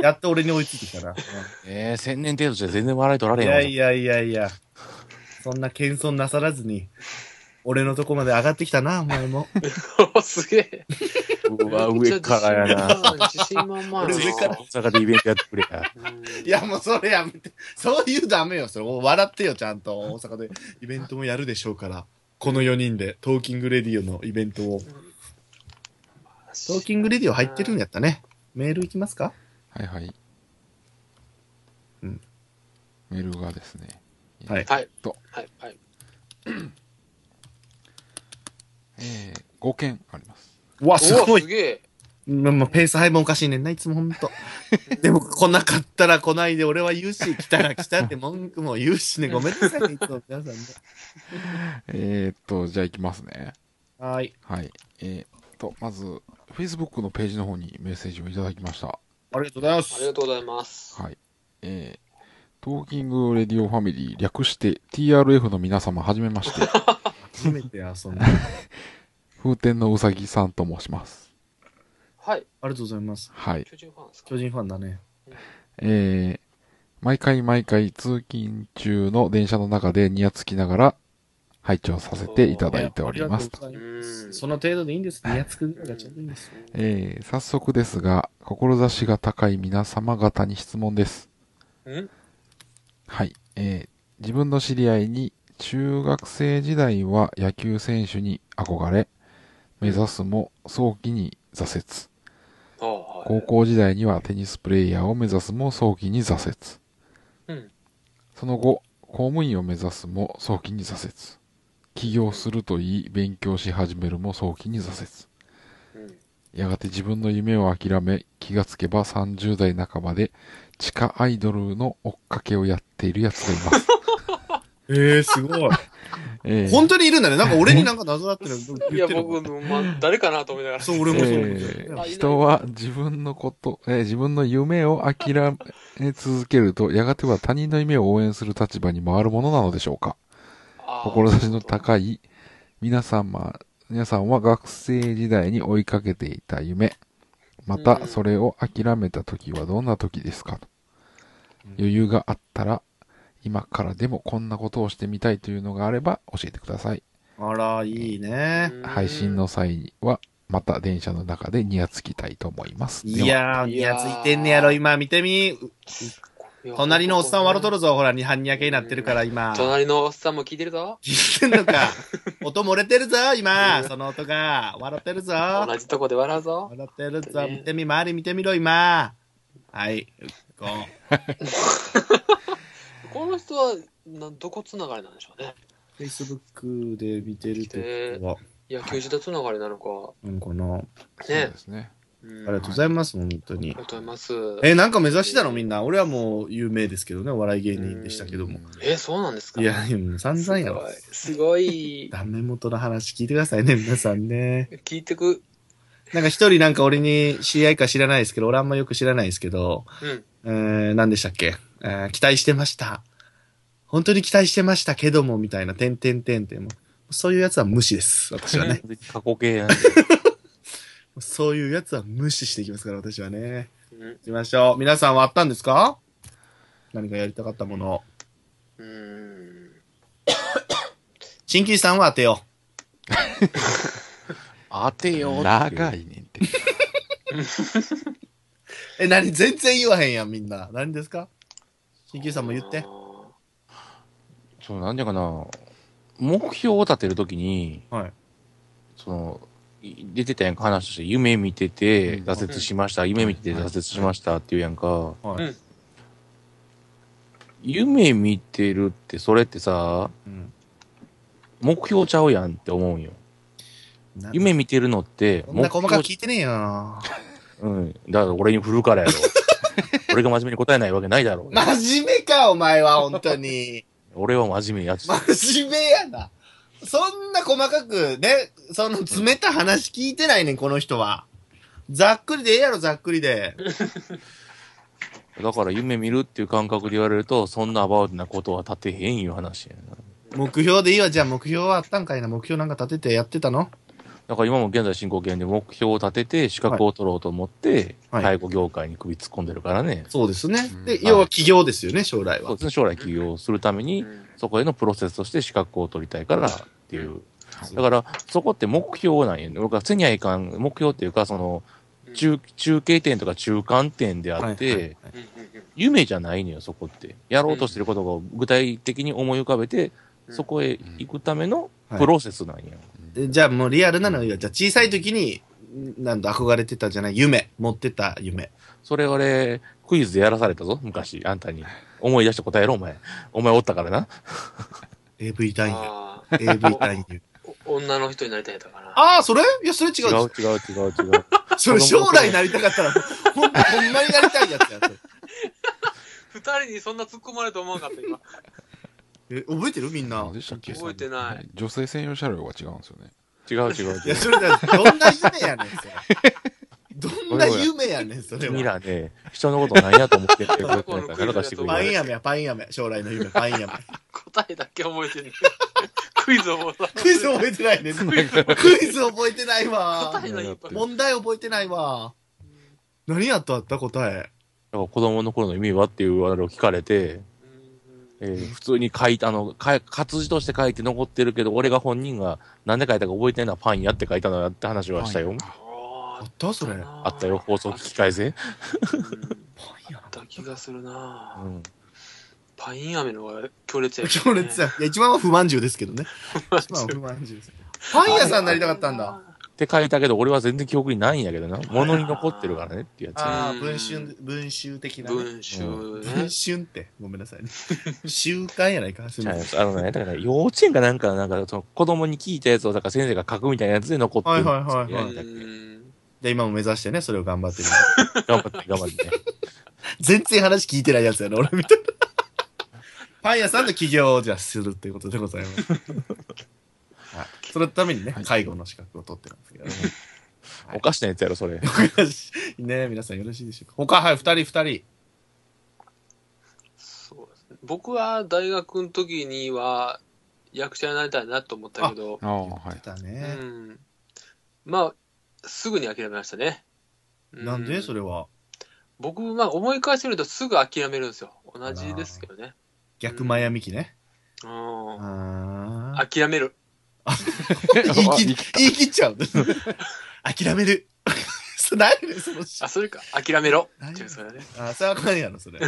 Speaker 1: やっと俺に追いついてきたな。
Speaker 2: えー、千年程度じゃ全然笑い取ら
Speaker 1: い
Speaker 2: れ
Speaker 1: や
Speaker 2: へん
Speaker 1: い
Speaker 2: よ。
Speaker 1: やいやいや、そんな謙遜なさらずに、俺のとこまで上がってきたな、お前も。
Speaker 3: おすげえ。
Speaker 2: う わ、上からやな。
Speaker 3: な。自信満々やな。
Speaker 1: 俺上から
Speaker 2: 大阪でイベントやってくれや。
Speaker 3: う ん
Speaker 1: いや、もうそれやめて。そういうダメよ、それ。笑ってよ、ちゃんと。大阪でイベントもやるでしょうから。この4人で、トーキングレディオのイベントを。トーキングレディオ入ってるんやったね。メールいきますか
Speaker 4: はいはい。
Speaker 1: うん
Speaker 4: メールがですね。
Speaker 1: はい
Speaker 3: はい
Speaker 4: と。
Speaker 3: はい。はい。
Speaker 4: えー、5件あります。
Speaker 1: うわ、す
Speaker 3: お
Speaker 1: ご
Speaker 3: お、
Speaker 1: い
Speaker 3: す。げえ。
Speaker 1: まあまあ、ペース配分おかしいねんな、いつもほんと。 でも来なかったら来ないで、俺は言うし、来たら来たって文句も言うしね、ごめんなさいね、いつも皆さんね。
Speaker 4: えー、っと、じゃあ行きますね。
Speaker 1: はーい。
Speaker 4: はい。えー、と、まず、Facebook のページの方にメッセージをいただきました。
Speaker 1: ありがとうございま
Speaker 3: あり
Speaker 1: す
Speaker 3: が。とうございます。
Speaker 4: はい。えー、トーキングレディオファミリー、略して TRF の皆様、はじめま して。
Speaker 1: 初めて遊んだ。
Speaker 4: 風天のうさぎさんと申します。
Speaker 3: はい。
Speaker 1: ありがとうございます。
Speaker 4: はい。
Speaker 3: 巨人ファンですか
Speaker 1: 巨人ファンだね。
Speaker 4: えー、毎回毎回通勤中の電車の中でニヤつきながら拝聴させていただいておりま
Speaker 1: あ
Speaker 4: す。
Speaker 1: りがとうございます
Speaker 3: うん
Speaker 1: その程度でいいんです。ニヤつくぐらいがちょうどいいんです。
Speaker 4: えー、早速ですが、志が高い皆様方に質問です。
Speaker 3: うん
Speaker 4: はい。えー自分の知り合いに、中学生時代は野球選手に憧れ、目指すも早期に挫折。
Speaker 3: ああ、はい。
Speaker 4: 高校時代にはテニスプレイヤーを目指すも早期に挫折。
Speaker 3: うん。
Speaker 4: その後、公務員を目指すも早期に挫折。起業すると言い、勉強し始めるも早期に挫折。
Speaker 3: うん。
Speaker 4: やがて自分の夢を諦め、気がつけば30代半ばで、地下アイドルの追っかけをやっているやつが います。
Speaker 1: ええ、すごい。
Speaker 4: えー
Speaker 1: 本当にいるんだね。なんか俺になんか謎だったら言ってる。
Speaker 3: いや、僕、まあ、誰かなと思いながら。
Speaker 1: そう、俺もそう思って
Speaker 4: え
Speaker 1: た
Speaker 4: ー
Speaker 3: あいない
Speaker 4: 人は自分のこと、えー自分の夢を諦め続けると、やがては他人の夢を応援する立場に回るものなのでしょうか
Speaker 3: あー
Speaker 4: 志の高い皆様、皆さんは学生時代に追いかけていた夢、ま
Speaker 3: うん
Speaker 4: たそれを諦めた時はどんな時ですかと
Speaker 1: うん
Speaker 4: 余裕があったら、今からでもこんなことをしてみたいというのがあれば教えてください。
Speaker 1: あら、いいね。
Speaker 3: うん
Speaker 4: 配信の際には、また電車の中でニヤつきたいと思います。
Speaker 1: いやー、ニヤついてんねやろ、今、見てみ。隣のおっさん笑うとるぞ、ほら、に半にやけになってるから、今。
Speaker 3: 隣のおっさんも聞いてるぞ。
Speaker 1: 聞いてんのか。音漏れてるぞ、今。その音が。笑ってるぞ。
Speaker 3: 同
Speaker 1: 笑
Speaker 3: じとこで笑うぞ。
Speaker 1: ってるぞ。見てみ、周り見てみろ、今。はい。こ
Speaker 3: この人は、などこつながりなんでしょうね。
Speaker 1: う。Facebook で見てるってことは、
Speaker 3: 野球児童つながりなのか。
Speaker 1: うん、この、
Speaker 4: そう
Speaker 3: ね
Speaker 4: で。すね。
Speaker 3: うん
Speaker 1: ありがとうございます、本当
Speaker 3: あり
Speaker 1: に
Speaker 3: が。とうございます。
Speaker 1: え、なんか目指してたのみんな。俺はもう有名ですけどね、お笑い芸人でしたけども。
Speaker 3: え、そうなんですか
Speaker 1: いや、でも散々やろ。
Speaker 3: すごい。
Speaker 1: ダメ元の話聞いてくださいね、皆さんね。
Speaker 3: すごい聞いてく。
Speaker 1: なんか一人なんか俺に知り合いか知らないですけど、俺あんまよく知らないですけど、
Speaker 3: うん。
Speaker 1: えー、何でしたっけ、えー期待してました。本当に期待してましたけども、みたいな、てんてんてんてんも。そういうやつは無視です、私は ね。
Speaker 2: 過去形やな。
Speaker 1: そういうやつは無視していきますから、私はね。
Speaker 3: うん
Speaker 1: 行きましょう。皆さんはあったんですか何かやりたかったものを。
Speaker 3: うん。
Speaker 1: 新規さんは当てよ
Speaker 2: 当てようって
Speaker 4: 長いねんて。
Speaker 1: う。え、何全然言わへんやん、みんな。何ですか新規さんも言って
Speaker 3: あ。ー。
Speaker 2: そう、なんじゃかな。目標を立てるときに、
Speaker 1: はい。
Speaker 2: その、い出てたやんか話として、夢見てて、
Speaker 4: うん
Speaker 2: 挫折しました、夢見てて挫折しましたっていうやんか、
Speaker 1: はい
Speaker 3: うん
Speaker 2: 夢見てるって、それってさ、
Speaker 1: うん
Speaker 2: 目標ちゃうやんって思うんよ。
Speaker 1: なん
Speaker 2: 夢見てるのって、
Speaker 1: こんな細かく
Speaker 2: 目
Speaker 1: 聞
Speaker 2: 標
Speaker 1: いてねえよ。
Speaker 2: うん。だから俺に振るから やろ。俺が真面目に答えないわけないだろう。
Speaker 1: 真面目か、お前は、本当 に。
Speaker 2: 俺は真面目やつ。
Speaker 1: 真面目やな。そんな細かく、ね、その、詰めた話聞いてないねん、この人は。ざっくりでええやろ、ざっくりで。
Speaker 2: だから夢見るっていう感覚で言われると、そんなアバウトなことは立てへんいう話やな。
Speaker 1: 目標でいいわ、じゃあ目標はあったんかいな。目標なんか立ててやってたの
Speaker 2: だから今も現在進行形で目標を立てて資格を取ろうと思って、
Speaker 1: はい
Speaker 2: 介護業界に首突っ込んでるからね。
Speaker 1: そうですね
Speaker 4: う。ん
Speaker 1: で、
Speaker 2: い
Speaker 1: 要は起業ですよね、将来
Speaker 2: そう
Speaker 1: は
Speaker 2: で。すね、将来起業するため
Speaker 3: う
Speaker 2: に、
Speaker 3: ん
Speaker 2: そこへのプロセスとして資格を取りたいからっていう。
Speaker 1: い
Speaker 2: だから、そこって目標なんやね。僕はせにゃいかん、目標っていうか、その、中、中継点とか中間点であって、
Speaker 1: はいはいはい
Speaker 3: うんうんうん
Speaker 2: 夢じゃないのよ、そこって。やろうとしてることを具体的に思い浮かべて、
Speaker 3: うん
Speaker 2: そこへ行くための
Speaker 1: はい
Speaker 2: プロセスなんや。
Speaker 1: でじゃあもうリアルなのよ。じゃあ小さい時に、んなんだ、憧れてたじゃない、夢。持ってた夢。
Speaker 2: それ俺、クイズでやらされたぞ、昔、あんたに。思い出して答えろ、お前。お前おったからな。
Speaker 1: AV 男優。
Speaker 3: あ
Speaker 1: AV 男優。
Speaker 3: ーお女の人になりたいんだから。
Speaker 1: ああ、それいや、それ違
Speaker 2: 違う
Speaker 1: う。
Speaker 2: 違う違う違う。
Speaker 1: それ将来なりたかったら、ほん、ほんまになりたいやつや。それ
Speaker 3: 二人にそんな突っ込まれると思わなかった、今。
Speaker 1: え、覚えてるみんな
Speaker 4: 何。でしたっけ
Speaker 3: 覚えてない。
Speaker 4: 女性専用車両が違うんですよね。
Speaker 2: 違う違う
Speaker 1: い
Speaker 2: 違
Speaker 1: や、
Speaker 2: う。
Speaker 1: それだ、どんな夢やねん、それ。どんな夢やねん、それ
Speaker 2: 君
Speaker 1: は。
Speaker 2: らね、人のこと何やと思ってってことやから、
Speaker 3: この
Speaker 2: やら
Speaker 3: クイ
Speaker 2: か
Speaker 3: ズ
Speaker 2: して
Speaker 3: だと
Speaker 2: く
Speaker 3: 思
Speaker 1: パ
Speaker 3: う
Speaker 1: イン
Speaker 2: れよ。
Speaker 1: アメや、パインアメ。将来の夢、パインア メ。
Speaker 3: 答えだけ覚えてる。 クイズ覚えた。
Speaker 1: クイズ覚えて ないね。クイズ覚えてないわ
Speaker 3: 答。えのいっぱい。
Speaker 1: 問題覚えてないわ。何やったった答え。
Speaker 2: だから子供の頃の意味はっていうあれを聞かれて、えー普通に書いたの、か活字として書いて残ってるけど、俺が本人がなんで書いたか覚えてんのはパンやって書いたのやって話はしたよ。
Speaker 4: あ
Speaker 1: あ
Speaker 3: あ
Speaker 1: ったそれ。パ
Speaker 2: あったよ、放送聞き返せ。
Speaker 1: イン
Speaker 3: あった気がする
Speaker 2: う
Speaker 3: なぁ
Speaker 2: ん。
Speaker 3: パイン飴の方が強烈やけど
Speaker 1: 強
Speaker 3: ね
Speaker 1: 烈や。いや、一番は不満中ですけどね。一番は不満中です。パン屋さんになりたかったんだ。。
Speaker 2: って書いたけど、俺は全然記憶にないんやけどな。物に残ってるからねっていうやつ。
Speaker 1: ああ、
Speaker 3: うん
Speaker 1: 文春、文集的なね。
Speaker 3: 文集ね
Speaker 1: 文。春って、ごめんなさいね。習慣やないか、すみ
Speaker 2: じゃ
Speaker 1: ま
Speaker 2: あ
Speaker 1: せん。
Speaker 2: あのね、だから幼稚園かなんか、なんか、その子供に聞いたやつを、だから先生が書くみたいなやつで残ってるんですよ。
Speaker 1: はいはいはいはい
Speaker 2: やり
Speaker 3: うん
Speaker 1: じゃあ今も目指してね、それを頑張ってる。
Speaker 2: たっけ頑張って、頑張って。
Speaker 1: 全然話聞いてないやつやな、俺みたいな。パン屋さんの起業をじゃあするっていうことでございます。はい、そのためにね、
Speaker 4: はい
Speaker 1: 介護の資格を取ってるんですけどね。はい
Speaker 2: おかしなやつやろ、それ。
Speaker 1: ね皆さんよろしいでしょうか。他、はい、二人、二人。
Speaker 3: そうですね僕は大学の時には役者になりたいなと思ったけど、
Speaker 4: あ、はい。
Speaker 1: だ
Speaker 3: う
Speaker 1: ね。
Speaker 3: ん、まあ、すぐに諦めましたね。う
Speaker 1: なんでそれは
Speaker 3: 僕、まあ思い返してみるとすぐ諦めるんですよ。同じですけどね。
Speaker 1: 逆マヤミキね。
Speaker 3: うん
Speaker 1: あー
Speaker 3: 諦める。
Speaker 1: 言い切言い切っちゃう。 諦める。それ何やねんその
Speaker 3: あ、それか、諦めろ
Speaker 1: 何。
Speaker 3: っていうそれね。
Speaker 1: あ、それあかんやろ、それ。そ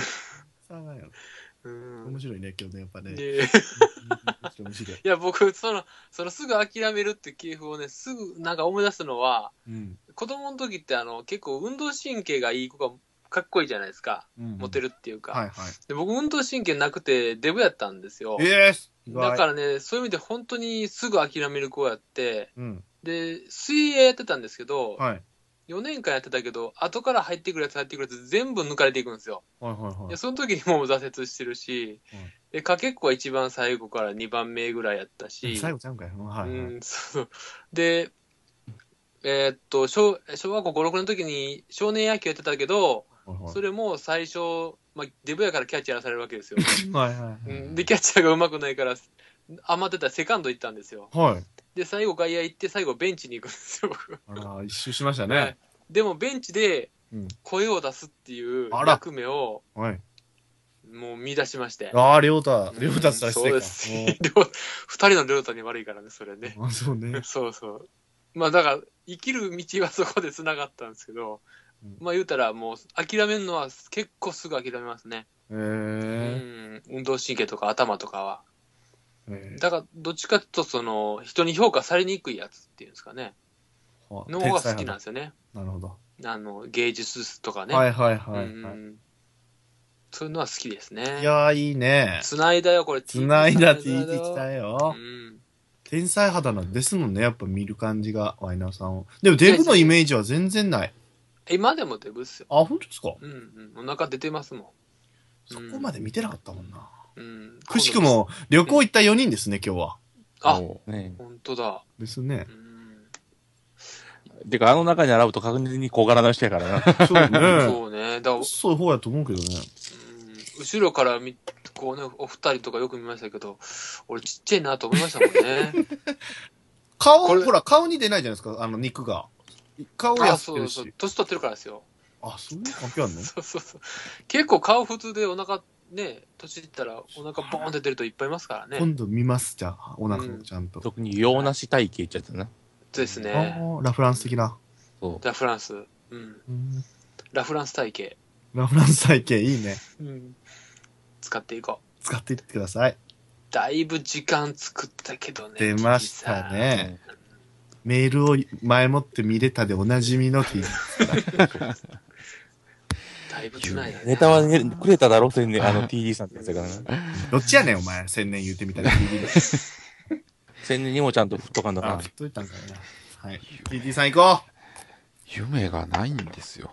Speaker 1: れあかんやろ。
Speaker 3: うん
Speaker 1: 面白いね、今日ね、やっぱね。
Speaker 3: で、い
Speaker 1: うん面白い。
Speaker 3: や、僕、その、そのすぐ諦めるって系譜をね、すぐなんか思い出すのは、
Speaker 1: うん。
Speaker 3: 子供の時ってあの、結構運動神経がいい子がかっこいいじゃないですか。モテ
Speaker 1: る
Speaker 3: るっていうか。
Speaker 1: はいはい。
Speaker 3: で僕、運動神経なくて、デブやったんですよ。
Speaker 1: ええ意外
Speaker 3: だからね、そういう意味で本当にすぐ諦める子やって、
Speaker 1: うん。
Speaker 3: で、水泳やってたんですけど、
Speaker 1: はい。
Speaker 3: 4年間やってたけど、後から入ってくるやつ入ってくるやつ全部抜かれていくんですよ。
Speaker 1: はいはいはい
Speaker 3: で、。その時にもう挫折してるし、
Speaker 1: うん
Speaker 3: で、かけっこは一番最後から2番目ぐらいやったし、
Speaker 1: 最後ちゃうんかい。うんはいは
Speaker 3: う
Speaker 1: い。
Speaker 3: ん、そう。で、えーっと、小、小学校5、6年の時に少年野球やってたけど、それも最初、まあ、デブやからキャッチャーやらされるわ けですよ。
Speaker 1: はいは
Speaker 3: うんで、キャッチャーが上手くないから、余ってたらセカンド行ったんですよ。
Speaker 1: い。はい。
Speaker 3: で、最後外野行って、最後ベンチに行くんですよ、僕。
Speaker 1: あら、一周しました
Speaker 3: は
Speaker 1: ね
Speaker 3: い。でも、ベンチで
Speaker 1: うん
Speaker 3: 声を出すっていう
Speaker 1: あら
Speaker 3: 役目を
Speaker 1: はい。
Speaker 3: もう見出しまして。
Speaker 1: ああ、りょうた、りょうたした
Speaker 3: そう
Speaker 1: ら失礼
Speaker 3: で
Speaker 1: か。
Speaker 3: す。両二人の両太に悪いからね、それね。
Speaker 1: あそうね。
Speaker 3: そうそう。まあ、だから、生きる道はそこで繋がったんですけど
Speaker 1: うん、
Speaker 3: まあ言うたらもう諦めるのは結構すぐ諦めますね。
Speaker 1: え
Speaker 3: うん。運動神経とか頭とかは。
Speaker 1: え
Speaker 3: だから、どっちかというと、その、人に評価されにくいやつっていうんですかね。
Speaker 1: は
Speaker 3: の方
Speaker 1: 天
Speaker 3: が好きなん
Speaker 1: 才派
Speaker 3: ですよね。
Speaker 1: だなるほど。
Speaker 3: あの、芸術とかね。
Speaker 1: はいはいは
Speaker 3: う
Speaker 1: いはい。
Speaker 3: んそういうのは好きですね。
Speaker 1: いやー、いいね。
Speaker 3: つないだよ、これ。
Speaker 1: つないだって
Speaker 3: つな
Speaker 1: 言
Speaker 3: い
Speaker 1: ってき
Speaker 3: よ
Speaker 1: たよ
Speaker 3: う。ん。
Speaker 1: 天才肌なんですもんね、やっぱ見る感じが、ワイナーさんを。でもデブのイメージは全然ない。
Speaker 3: 今でもデブっすよ。
Speaker 1: あ、本当ですか
Speaker 3: うんうん。お腹出てますも
Speaker 1: そこまで見てなかったもんな。
Speaker 3: ん。うん。
Speaker 1: くしく。も旅行行った4人ですね、今日は。
Speaker 3: あ、
Speaker 4: お
Speaker 2: ね
Speaker 3: 本当だ。
Speaker 1: ですね
Speaker 3: う。ん。
Speaker 2: てか、あの中に並ぶと確実に小柄な人やから な。
Speaker 1: そうね。
Speaker 3: そうね。だから、うん
Speaker 1: そういう方やと思うけどね。
Speaker 3: 後ろから見、 こうね、お二人とかよく見ましたけど、俺ちっちゃいなと思いましたもんね。
Speaker 1: 顔、
Speaker 3: これ
Speaker 1: ほら、顔に出ないじゃないですか、あの肉が。顔
Speaker 3: あ、
Speaker 1: 痩せ
Speaker 3: そ
Speaker 1: てる
Speaker 3: う
Speaker 1: し。
Speaker 3: そう。年取ってるからですよ。
Speaker 1: あ、そういう関係あんの
Speaker 3: そうそうそう。結構顔普通でお腹、ね、年いったらお腹ボーンって出るといっぱいいますからね。
Speaker 1: 今度見ます、じゃあ、お腹ちゃんと。
Speaker 2: 特に洋梨体系っちゃったな。
Speaker 3: です
Speaker 1: あ
Speaker 3: ね。
Speaker 1: ーラフランス的な。
Speaker 2: そ
Speaker 3: ラフランス。うん。
Speaker 1: うん
Speaker 3: ラフランス体系。
Speaker 1: ラフランス体系いいね。
Speaker 3: うん。使っていこう。
Speaker 1: 使っていってください。
Speaker 3: だいぶ時間作ったけどね。
Speaker 1: 出ました
Speaker 3: キキさん。
Speaker 2: う。
Speaker 1: ね。メールを前もって見れたでおなじみの T
Speaker 3: だいぶつないだね
Speaker 2: ネタはねくれただろ、宣伝。 あの TD さんってやつやからな。
Speaker 1: どっちやねん、お前。千年言ってみたら TD
Speaker 2: 宣伝にもちゃんと振っとかんだ
Speaker 1: あ、
Speaker 2: な
Speaker 1: 振。っといたんかいな。はい。TD さん行こ
Speaker 4: 夢がないんですよ。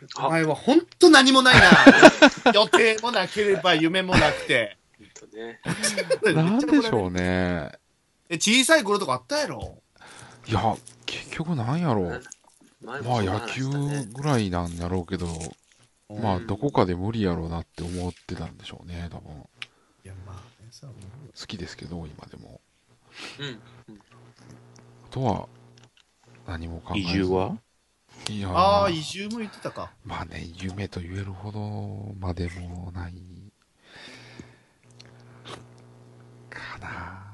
Speaker 1: う。
Speaker 3: あ
Speaker 1: お前はほんと何もないな。 予定もなければ夢もなくて。
Speaker 3: ほんとね。
Speaker 4: なんでし
Speaker 1: う
Speaker 4: ょうね。
Speaker 1: え、小さい頃とかあったやろ。
Speaker 4: いや、結局なんやろう。
Speaker 3: 前もそ
Speaker 4: まあ
Speaker 3: んな
Speaker 4: 野
Speaker 3: 話
Speaker 4: 球
Speaker 3: したね
Speaker 4: ぐらいなんやろうけど、まあ
Speaker 3: うん
Speaker 4: どこかで無理やろうなって思ってたんでしょうね、多分。好
Speaker 1: いや、まあね、さあ、
Speaker 4: きですけど、今でも。
Speaker 3: うん。
Speaker 4: あとは、何も考え
Speaker 2: 移
Speaker 4: ず
Speaker 2: 住はい
Speaker 4: やー
Speaker 1: ああ、移住も言ってたか。
Speaker 4: まあね、夢と言えるほどまでもない。かな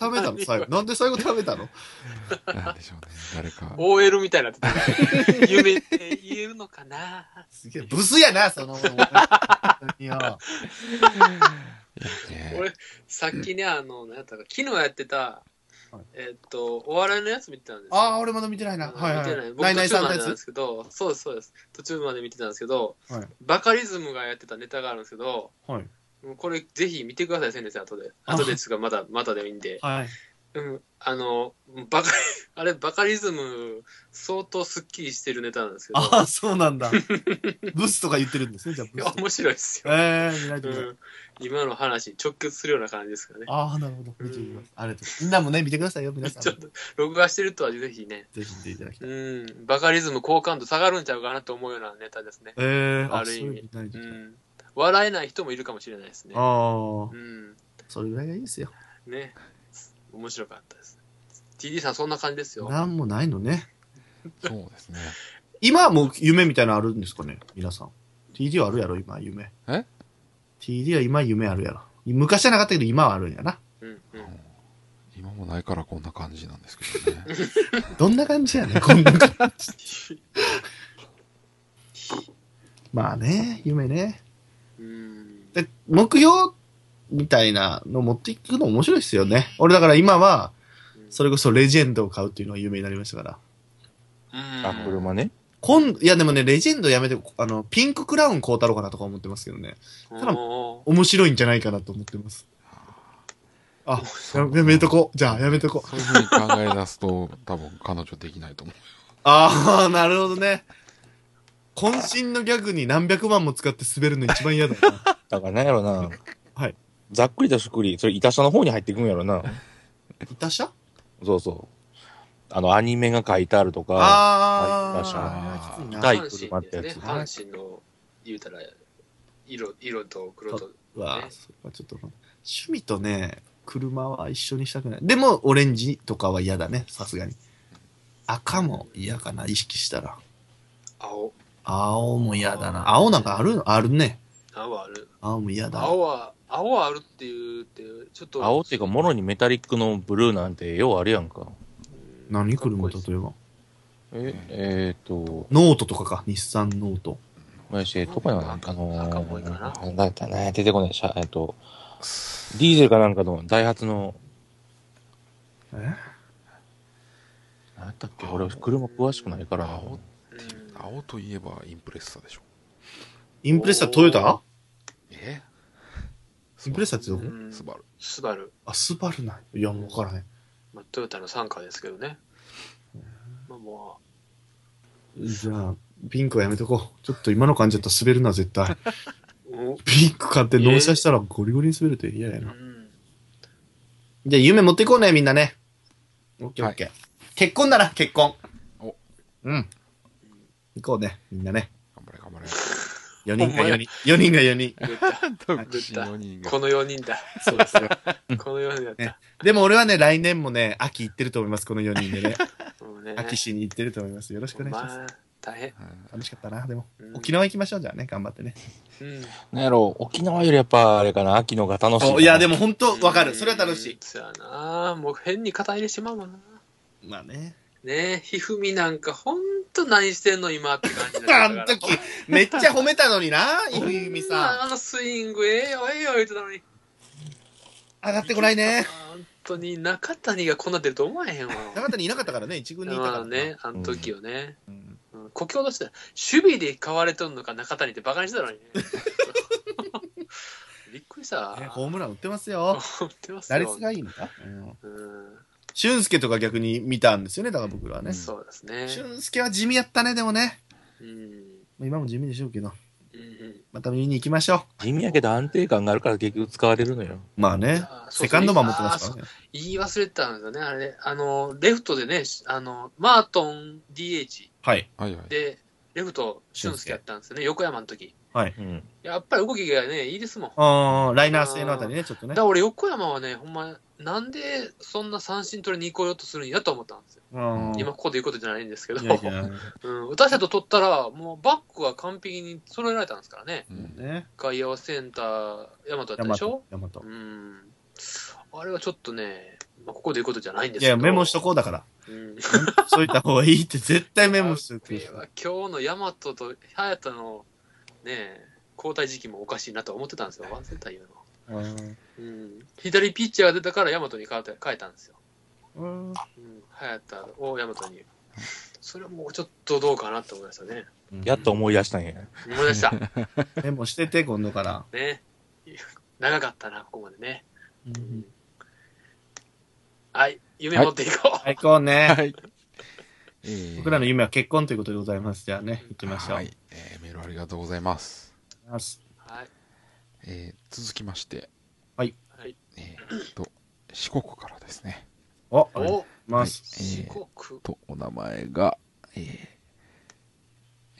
Speaker 1: 食べたの最後。なんで最後食べたの
Speaker 4: あなんでしょうね、誰か。
Speaker 3: OL みたいになってた。夢って言えるのかな
Speaker 1: すげえ、ブスやな、その。本当によ
Speaker 4: ね
Speaker 3: 俺、さっきね、あの、何やったか、昨日やってた
Speaker 1: はい、
Speaker 3: えっと、お笑いのやつ見てたんですよ。
Speaker 1: ああ、俺まだ見てないな。
Speaker 3: あの
Speaker 1: はいはい
Speaker 3: 見て
Speaker 1: は
Speaker 3: ない。
Speaker 1: い。
Speaker 3: 僕
Speaker 1: ナイナイ
Speaker 3: 途
Speaker 1: さんの
Speaker 3: 中まで
Speaker 1: や
Speaker 3: なんで
Speaker 1: つ
Speaker 3: すけど、そうです、そうです。途中まで見てたんですけど、
Speaker 1: はい
Speaker 3: バカリズムがやってたネタがあるんですけど、
Speaker 1: はい。
Speaker 3: もうこれぜひ見てください、先生、後で。後でですが、まだ、まだでいいんで。
Speaker 1: はい。
Speaker 3: うん、あの、バカ、あれ、バカリズム、相当スッキリしてるネタなんですけど、
Speaker 1: ああ、そうなんだ。ブスとか言ってるんですね、じゃあ
Speaker 3: い
Speaker 1: ブ
Speaker 3: や
Speaker 1: スと。
Speaker 3: 面白いですよ。
Speaker 1: ええ、見ないと
Speaker 3: う
Speaker 1: 見ない。
Speaker 3: ん、今の話に直結するような感じですかね。
Speaker 1: ああ、なるほど。見てみます。ありがとうございます。みんなもね、見てくださいよ、皆さん。
Speaker 3: ちょっ
Speaker 1: ぜ
Speaker 3: と、録画してるとはぜひね、
Speaker 1: ひ見ていただきたい。
Speaker 3: うん、バカリズム好感度下がるんちゃうかなと思うようなネタですね。
Speaker 1: ええ、
Speaker 3: あ
Speaker 1: あ、そ
Speaker 3: る
Speaker 1: う
Speaker 3: 意
Speaker 1: いう
Speaker 3: 味
Speaker 1: 見ないと
Speaker 3: う
Speaker 1: いけない。
Speaker 3: ん、笑えない人もいるかもしれないですね。
Speaker 1: ああ
Speaker 3: う、ん、
Speaker 1: それぐらいがいいですよ。
Speaker 3: ね、面白かったです。TD さん、そんな感じですよ。
Speaker 1: なんもないのね。
Speaker 4: そうですね。
Speaker 1: 今はもう夢みたいなのあるんですかね皆さん。TD はあるやろ今、夢。
Speaker 4: え
Speaker 1: ?TD は今、夢あるやろ。昔はなかったけど、今はあるんやな。
Speaker 3: うん、う
Speaker 4: うん
Speaker 3: ん、
Speaker 4: 今もないからこんな感じなんですけどね。
Speaker 1: どんな感じやねんこんな感じ。まあね、夢ね。
Speaker 3: うん、
Speaker 1: で、目標みたいなの持っていくの面白いですよね。俺だから今は、それこそレジェンドを買うっていうのが夢になりましたから。
Speaker 3: うん、
Speaker 2: あ、車ね。
Speaker 1: 今度、いやでもね、レジェンドやめて、あの、ピンククラウン買うたろうかなとか思ってますけどね。
Speaker 3: うん
Speaker 1: ただ
Speaker 3: お
Speaker 1: 面白いんじゃないかなと思ってます。あ、ややめとこう。じゃあ、やめとこう。
Speaker 4: そういうふうに考え出すと、多分彼女できないと思
Speaker 1: ああ、なるほどね。渾身のギャグに何百万も使って滑るの一番嫌だ な。
Speaker 2: だからなんやろな。
Speaker 1: はい。
Speaker 2: ざっくりとしくり、それ、板車の方に入っていくんやろな。
Speaker 1: いたしゃ
Speaker 2: そうそう。あの、アニメが書いてあるとか、
Speaker 1: あ
Speaker 2: いたし
Speaker 1: あ
Speaker 4: ゃ
Speaker 1: ー、きついな。
Speaker 2: 痛い
Speaker 3: ー阪神
Speaker 2: 車ってやつ
Speaker 3: ですね。阪神の、言うたら、色、色と黒と。
Speaker 1: うわーそれはちょっと、趣味とね、車は一緒にしたくない。でも、オレンジとかは嫌だね、さすがに。赤も嫌かな、意識したら。
Speaker 3: 青。
Speaker 1: 青も嫌だな。青なんかあるのあるね。
Speaker 3: 青はある。
Speaker 1: 青も嫌だ。
Speaker 3: 青は、青はあるっていうって、ちょっと。
Speaker 2: 青っていうか、もろにメタリックのブルーなんてようあるやんか。
Speaker 1: 何
Speaker 3: かっこ
Speaker 1: 車
Speaker 3: いいです
Speaker 1: 例えば。
Speaker 2: え、えっと、
Speaker 1: ノートとかか、日産ノート。
Speaker 2: もやし、どこやなんかあのー、
Speaker 3: 赤っぽいかな
Speaker 2: なんだったね、出てこない、しゃえっと、
Speaker 4: う。
Speaker 2: ディーゼルかなんかの、ダイハツの、
Speaker 1: え
Speaker 2: なんやったっけ、俺、車詳しくないからな。
Speaker 4: 青
Speaker 3: うん
Speaker 4: 青といえばインプレッサでしょ。
Speaker 1: インプレッサトヨタ
Speaker 4: え
Speaker 1: インプレッサってどこ
Speaker 3: うん
Speaker 4: スバル。
Speaker 3: スバル、
Speaker 1: あ、スバルなんいや、もうわからへん。
Speaker 3: まあ、トヨタの傘下ですけどね。まあも
Speaker 1: じゃあ、ピンクはやめとこう。ちょっと今の感じだったら滑るな、絶 対。
Speaker 3: う、お
Speaker 1: ピンク買って納車したらゴリゴリに滑るって嫌や
Speaker 3: う
Speaker 1: な。
Speaker 3: ん、
Speaker 1: じゃあ、夢持っていこうね、みんなね。オッケーオ
Speaker 4: はい
Speaker 1: ッケー。結婚だな、結婚。
Speaker 4: お
Speaker 1: うん。行こうね、みんなね。
Speaker 4: 頑張れ頑張れ。
Speaker 1: 4人が4人。4人が4人。
Speaker 3: グッだ
Speaker 4: 独身4人が
Speaker 3: こ。の4人だ。
Speaker 1: そうですよ。
Speaker 3: この4人だった。
Speaker 1: でも俺はね、来年もね、秋行ってると思います、この4人でね。
Speaker 3: もうね。
Speaker 1: 秋市に行ってると思います。よろしくお願いします。
Speaker 3: まあ、大変。
Speaker 4: はい
Speaker 1: 楽しかったな、でも。
Speaker 3: うん
Speaker 1: 沖縄行きましょう、じゃあね、頑張ってね。
Speaker 3: うん。
Speaker 2: なんやろ、沖縄よりやっぱあれかな、秋のが楽しいな。
Speaker 1: いや、でも本当わかる。それは楽
Speaker 3: うん
Speaker 1: し
Speaker 3: そうやなもう変に肩入れしまうもんな。
Speaker 1: い。まあね。
Speaker 3: ねえ、ひふみなんかほんと何してんの今って感じ
Speaker 1: あ
Speaker 3: だ
Speaker 1: ん
Speaker 3: った
Speaker 1: 時、めっちゃ褒めたのに な、いふゆみ
Speaker 3: あ
Speaker 1: さ
Speaker 3: のスイングええよええよ言ってたのに。
Speaker 1: ん。上がってこないね。
Speaker 3: 本当に中谷がこんな出ると思わへんわ。
Speaker 1: 中谷いなかったからね、一軍にいたか
Speaker 3: ま
Speaker 1: ら
Speaker 3: あ
Speaker 1: な
Speaker 3: ね、あの時をね。
Speaker 1: うん
Speaker 3: うん故郷としては守備で買われとんのか中谷ってバカにしてたのにね。 びっくりした。
Speaker 1: ねホームラン打ってますよ。
Speaker 3: 思ってます
Speaker 1: 打
Speaker 3: よ
Speaker 1: 率がいいのか。うん
Speaker 3: うん
Speaker 1: 俊介とか逆に見たんですよね、だから僕らはね。
Speaker 3: そうですね。
Speaker 1: 俊介は地味やったね、でもね。
Speaker 3: うん。
Speaker 1: まあ今も地味でしょうけど。
Speaker 3: うんうん
Speaker 1: また見に行きましょ
Speaker 2: 地味やけど安定感があるから結局使われるのよ。
Speaker 1: う。まあね
Speaker 3: あ。ーそうそう
Speaker 1: セカンドマン持ってますからね。
Speaker 3: 言い忘れてたんですよね、あれ。あの、レフトでね、あの、マートン DH
Speaker 1: はい。
Speaker 4: はいはい。
Speaker 3: で、レフト、俊介やったんですよね、横山の時。
Speaker 2: うん。
Speaker 3: やっぱり動きがね、いいですもん。
Speaker 1: あーライナー性のあたりね、ちょっとね
Speaker 3: だか。ら俺、横山はね、ほんま、なんでそんな三振取りに行こうようとするんやと思ったんですよ。
Speaker 1: うん
Speaker 3: 今ここで言うことじゃないんですけど、
Speaker 1: いやいや
Speaker 3: うん、打たせと取ったら、もうバックが完璧に揃えられたんですからね。
Speaker 4: うん
Speaker 1: ね。
Speaker 3: 外野はセンター、ヤマトやった
Speaker 1: ヤ
Speaker 3: で
Speaker 1: マ
Speaker 3: しょ
Speaker 1: ト。ヤマト
Speaker 3: うん。あれはちょっとね、まあ、ここで言うことじゃないんです
Speaker 1: い
Speaker 3: けど。
Speaker 1: や、メモしとこうだ から。
Speaker 3: うん。
Speaker 1: そういった方がいいって絶対メモしとく。
Speaker 3: いや今日のヤマトと早田のね交代時期もおかしいなと思ってたんですよ、忘れた言うの。
Speaker 1: うん
Speaker 3: うん、左ピッチャーが出たからヤマトに変えた変えたんですよ。
Speaker 1: うん
Speaker 3: うん、早田をヤマトに。それはもうちょっとどうかなって思いましたね。
Speaker 2: やっと思い出したんや。
Speaker 3: 思い出 した。
Speaker 1: メモしてて、今度から。
Speaker 3: ね。長かったな、ここまでね。はい、夢持っていこう。
Speaker 1: 最高ね。
Speaker 4: はい。えー
Speaker 1: 僕らの夢は結婚ということでございます。じゃあね、行きましょう。
Speaker 4: はい、えーメールありがとうございます。
Speaker 3: はい。
Speaker 4: えー続きまして、
Speaker 3: はい、
Speaker 4: えーっと、四国からですね。
Speaker 1: お、ありがとう
Speaker 3: お、
Speaker 1: ございます。
Speaker 3: 四国。
Speaker 4: と、お名前が、えー、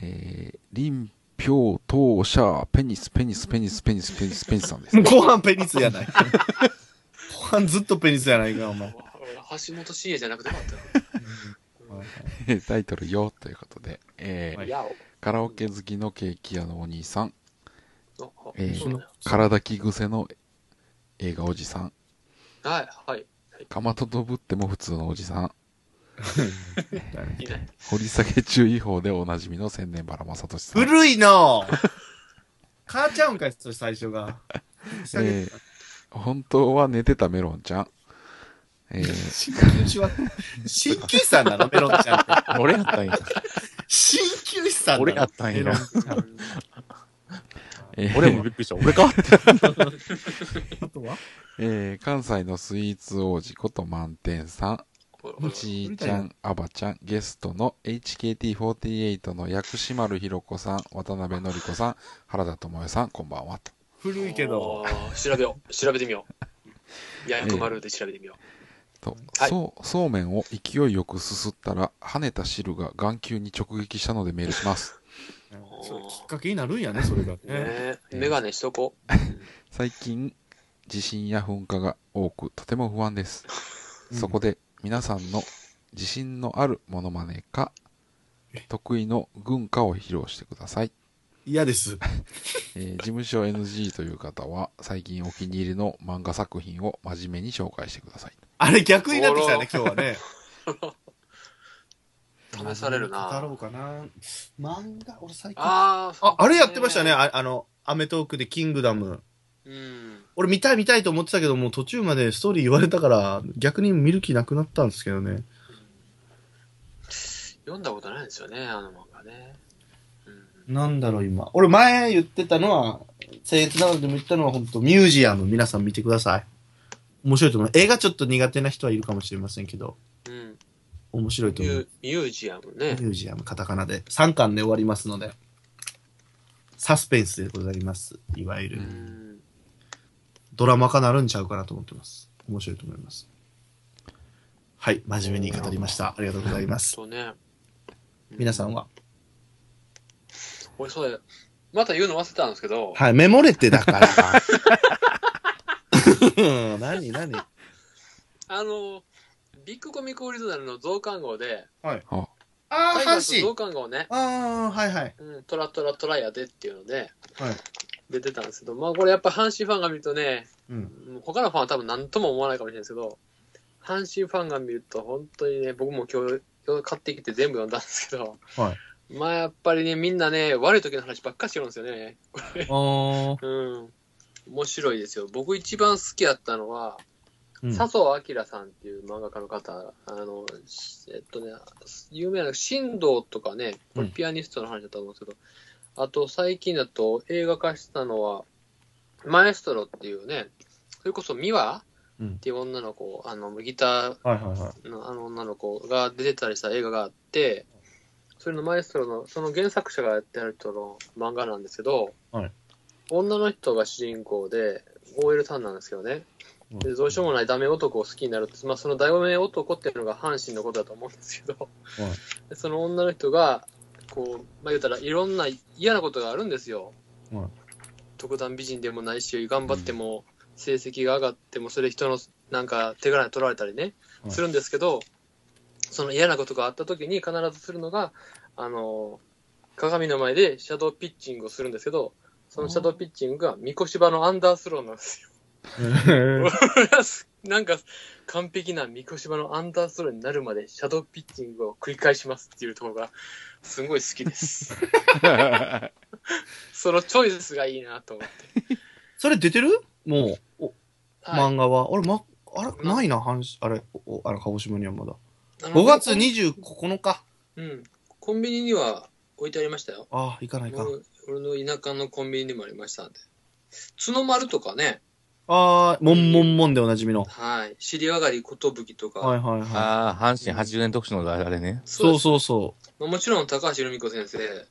Speaker 4: えー、林氷当社ペニスペニスペニスペニスペニスペニスさんです、
Speaker 1: もう
Speaker 4: ね。
Speaker 1: 後半ペニスやない。後半ずっとペニスやないか、お前。
Speaker 3: 俺橋本真也じゃなくてよかった
Speaker 4: タイトルよということで、えー
Speaker 1: は
Speaker 3: な。
Speaker 1: い
Speaker 3: やお。
Speaker 4: カラオケ好きのケーキ屋のお兄さん、
Speaker 3: あ
Speaker 4: えー
Speaker 3: そうだよ
Speaker 4: 体き癖の映画おじさん、
Speaker 3: はい、はい。
Speaker 4: かまととぶっても普通のおじさ ん、
Speaker 3: いない。
Speaker 4: 掘り下げ注意報でおなじみの千年原正俊さん。
Speaker 1: 古いの母ちゃうんかい、それ最初が。
Speaker 4: えー本当は寝てたメロンちゃん。えー
Speaker 1: 神経師は、神経師さんなのメロンちゃんって。
Speaker 2: 俺やったんや。
Speaker 1: 神経師さんなの
Speaker 2: 俺やったん
Speaker 1: メロン
Speaker 2: や。
Speaker 1: ちゃん。
Speaker 4: え ー
Speaker 2: 俺もびっくりした。 俺か
Speaker 1: あとは
Speaker 4: えー関西のスイーツ王子こと満点さ
Speaker 3: ほらほ
Speaker 4: ん、
Speaker 3: ら
Speaker 4: ちーちゃん、あばちゃん、ゲストの HKT48 の薬師丸ひろ子さん、渡辺のり子さん、原田智代さん、こんばんはと。
Speaker 1: 古いけど。
Speaker 3: あー。調べよう。調べてみよ う。ややくまるで調べてみよ
Speaker 4: と
Speaker 3: はい
Speaker 4: そう、そうめんを勢いよくすすったら、跳ねた汁が眼球に直撃したのでメールします。
Speaker 1: そうきっかけになるんやね、それが。
Speaker 3: う。ねえ。メガネしとこ
Speaker 4: 最近、地震や噴火が多く、とても不安です。
Speaker 1: うん
Speaker 4: そこで、皆さんの自信のあるモノマネか、得意の軍歌を披露してください。
Speaker 1: 嫌です。
Speaker 4: えー事務所 NG という方は、最近お気に入りの漫画作品を真面目に紹介してください。
Speaker 1: あれ逆になってきたね、今日はね。
Speaker 3: う。試される
Speaker 1: だ
Speaker 3: な。
Speaker 1: ろうかな。漫画、俺最近。あ、
Speaker 3: あー
Speaker 1: あれやってましたね。。
Speaker 3: そう
Speaker 1: ああの、アメトークでキングダム。
Speaker 3: うん。
Speaker 1: 俺見たい見たいと思ってたけど、もう途中までストーリー言われたから、逆に見る気なくなったんですけどね。
Speaker 3: 読んだことないんですよね、あの漫画ね。うん
Speaker 1: なんだろう、今。俺前言ってたのは、僭越ながらでも言ったのは、本当ミュージアム、皆さん見てください。面白いと思う。映画ちょっと苦手な人はいるかもしれませんけど、
Speaker 3: うん。
Speaker 1: 面白いと
Speaker 3: ミ
Speaker 1: 思
Speaker 3: ュ
Speaker 1: う。
Speaker 3: ミュージアム
Speaker 1: ミ
Speaker 3: ね。
Speaker 1: ュージアム、カタカナで。3巻で終わりますので。サスペンスでございます。いわゆる。
Speaker 3: うん。
Speaker 1: ドラマ化なるんちゃうかなと思ってます。面白いと思います。はい、真面目に語りました。ありがとうございます。
Speaker 3: そうね。
Speaker 1: 皆さんは
Speaker 3: 俺そうだよ。また言うの忘れたんですけど、
Speaker 1: はい、メモれてだ から。うん何何
Speaker 3: あの、ビッグコミックオリジナルの増刊号で、
Speaker 1: ああ、
Speaker 3: タイガース
Speaker 1: 阪
Speaker 3: 増
Speaker 1: 神。
Speaker 3: 刊号ね、
Speaker 1: ああ、はいはい。
Speaker 3: うん、トラトラトラやでっていうので、
Speaker 1: はい
Speaker 3: 出てたんですけど、まあこれやっぱ阪神ファンが見るとね、
Speaker 1: うん。
Speaker 3: うん他のファンは多分何とも思わないかもしれないですけど、阪神ファンが見ると本当にね、僕も今日、今日買ってきて全部読んだんですけど、
Speaker 1: は
Speaker 3: まあやっぱりね、みんなね、悪い時の話ばっかりしてるんですよね。
Speaker 1: あ
Speaker 3: うん。面白いですよ。僕一番好きやったのは、
Speaker 1: うん
Speaker 3: 笹生明さんっていう漫画家の方、あの、しえっとね、有名な、神道とかね、これ
Speaker 1: うん
Speaker 3: ピアニストの話だと思うんですけど、あと最近だと映画化したのは、マエストロっていうね、それこそミワ
Speaker 1: うん
Speaker 3: っていう女の子、あの、ギタ
Speaker 1: あ。はいはいはい。
Speaker 3: ーのあの女の子が出てたりした映画があって、それのマエストロの、その原作者がやってる人の漫画なんですけど、
Speaker 1: はい
Speaker 3: 女の人が主人公で、OL さんなんですけどね、でどうしようもないダメ男を好きになるって、まあ、そのダメ男っていうのが阪神のことだと思うんですけど、でその女の人がこう、まあ、言うたらいろんな嫌なことがあるんですよ、
Speaker 1: はい
Speaker 3: 特段美人でもないし頑張っても成績が上がってもそれ人のなんか手柄に取られたりね、
Speaker 1: はい
Speaker 3: するんですけどその嫌なことがあった時に必ずするのがあの鏡の前でシャドーピッチングをするんですけどそのシャドーピッチングが三越場のアンダースローなんですよ
Speaker 1: うん
Speaker 3: これはすなんか完璧な三越場のアンダースローになるまでシャドーピッチングを繰り返しますっていうところがすごい好きです。そのチョイスがいいなと思って。
Speaker 1: それ出てるもう、お
Speaker 3: はい
Speaker 1: 漫画は。俺、ま、あれ
Speaker 3: な
Speaker 1: ないな、阪神、あれ、おあれ、鹿児島にはまだ。
Speaker 3: あの
Speaker 1: 5月。29日。
Speaker 3: うん。コンビニには置いてありましたよ。
Speaker 1: ああ、行かないか。
Speaker 3: 俺の俺の田舎のコンビニにもありましたんで。角丸とかね、
Speaker 1: ああ、もんもんもんでおなじみの。
Speaker 3: はい。尻上がり寿とか、
Speaker 1: はいはいは
Speaker 2: ああ、阪神80年特集のあれね。
Speaker 1: い。そう
Speaker 3: です
Speaker 1: そうそ
Speaker 3: まあもちろん高橋留美子先生。
Speaker 1: う。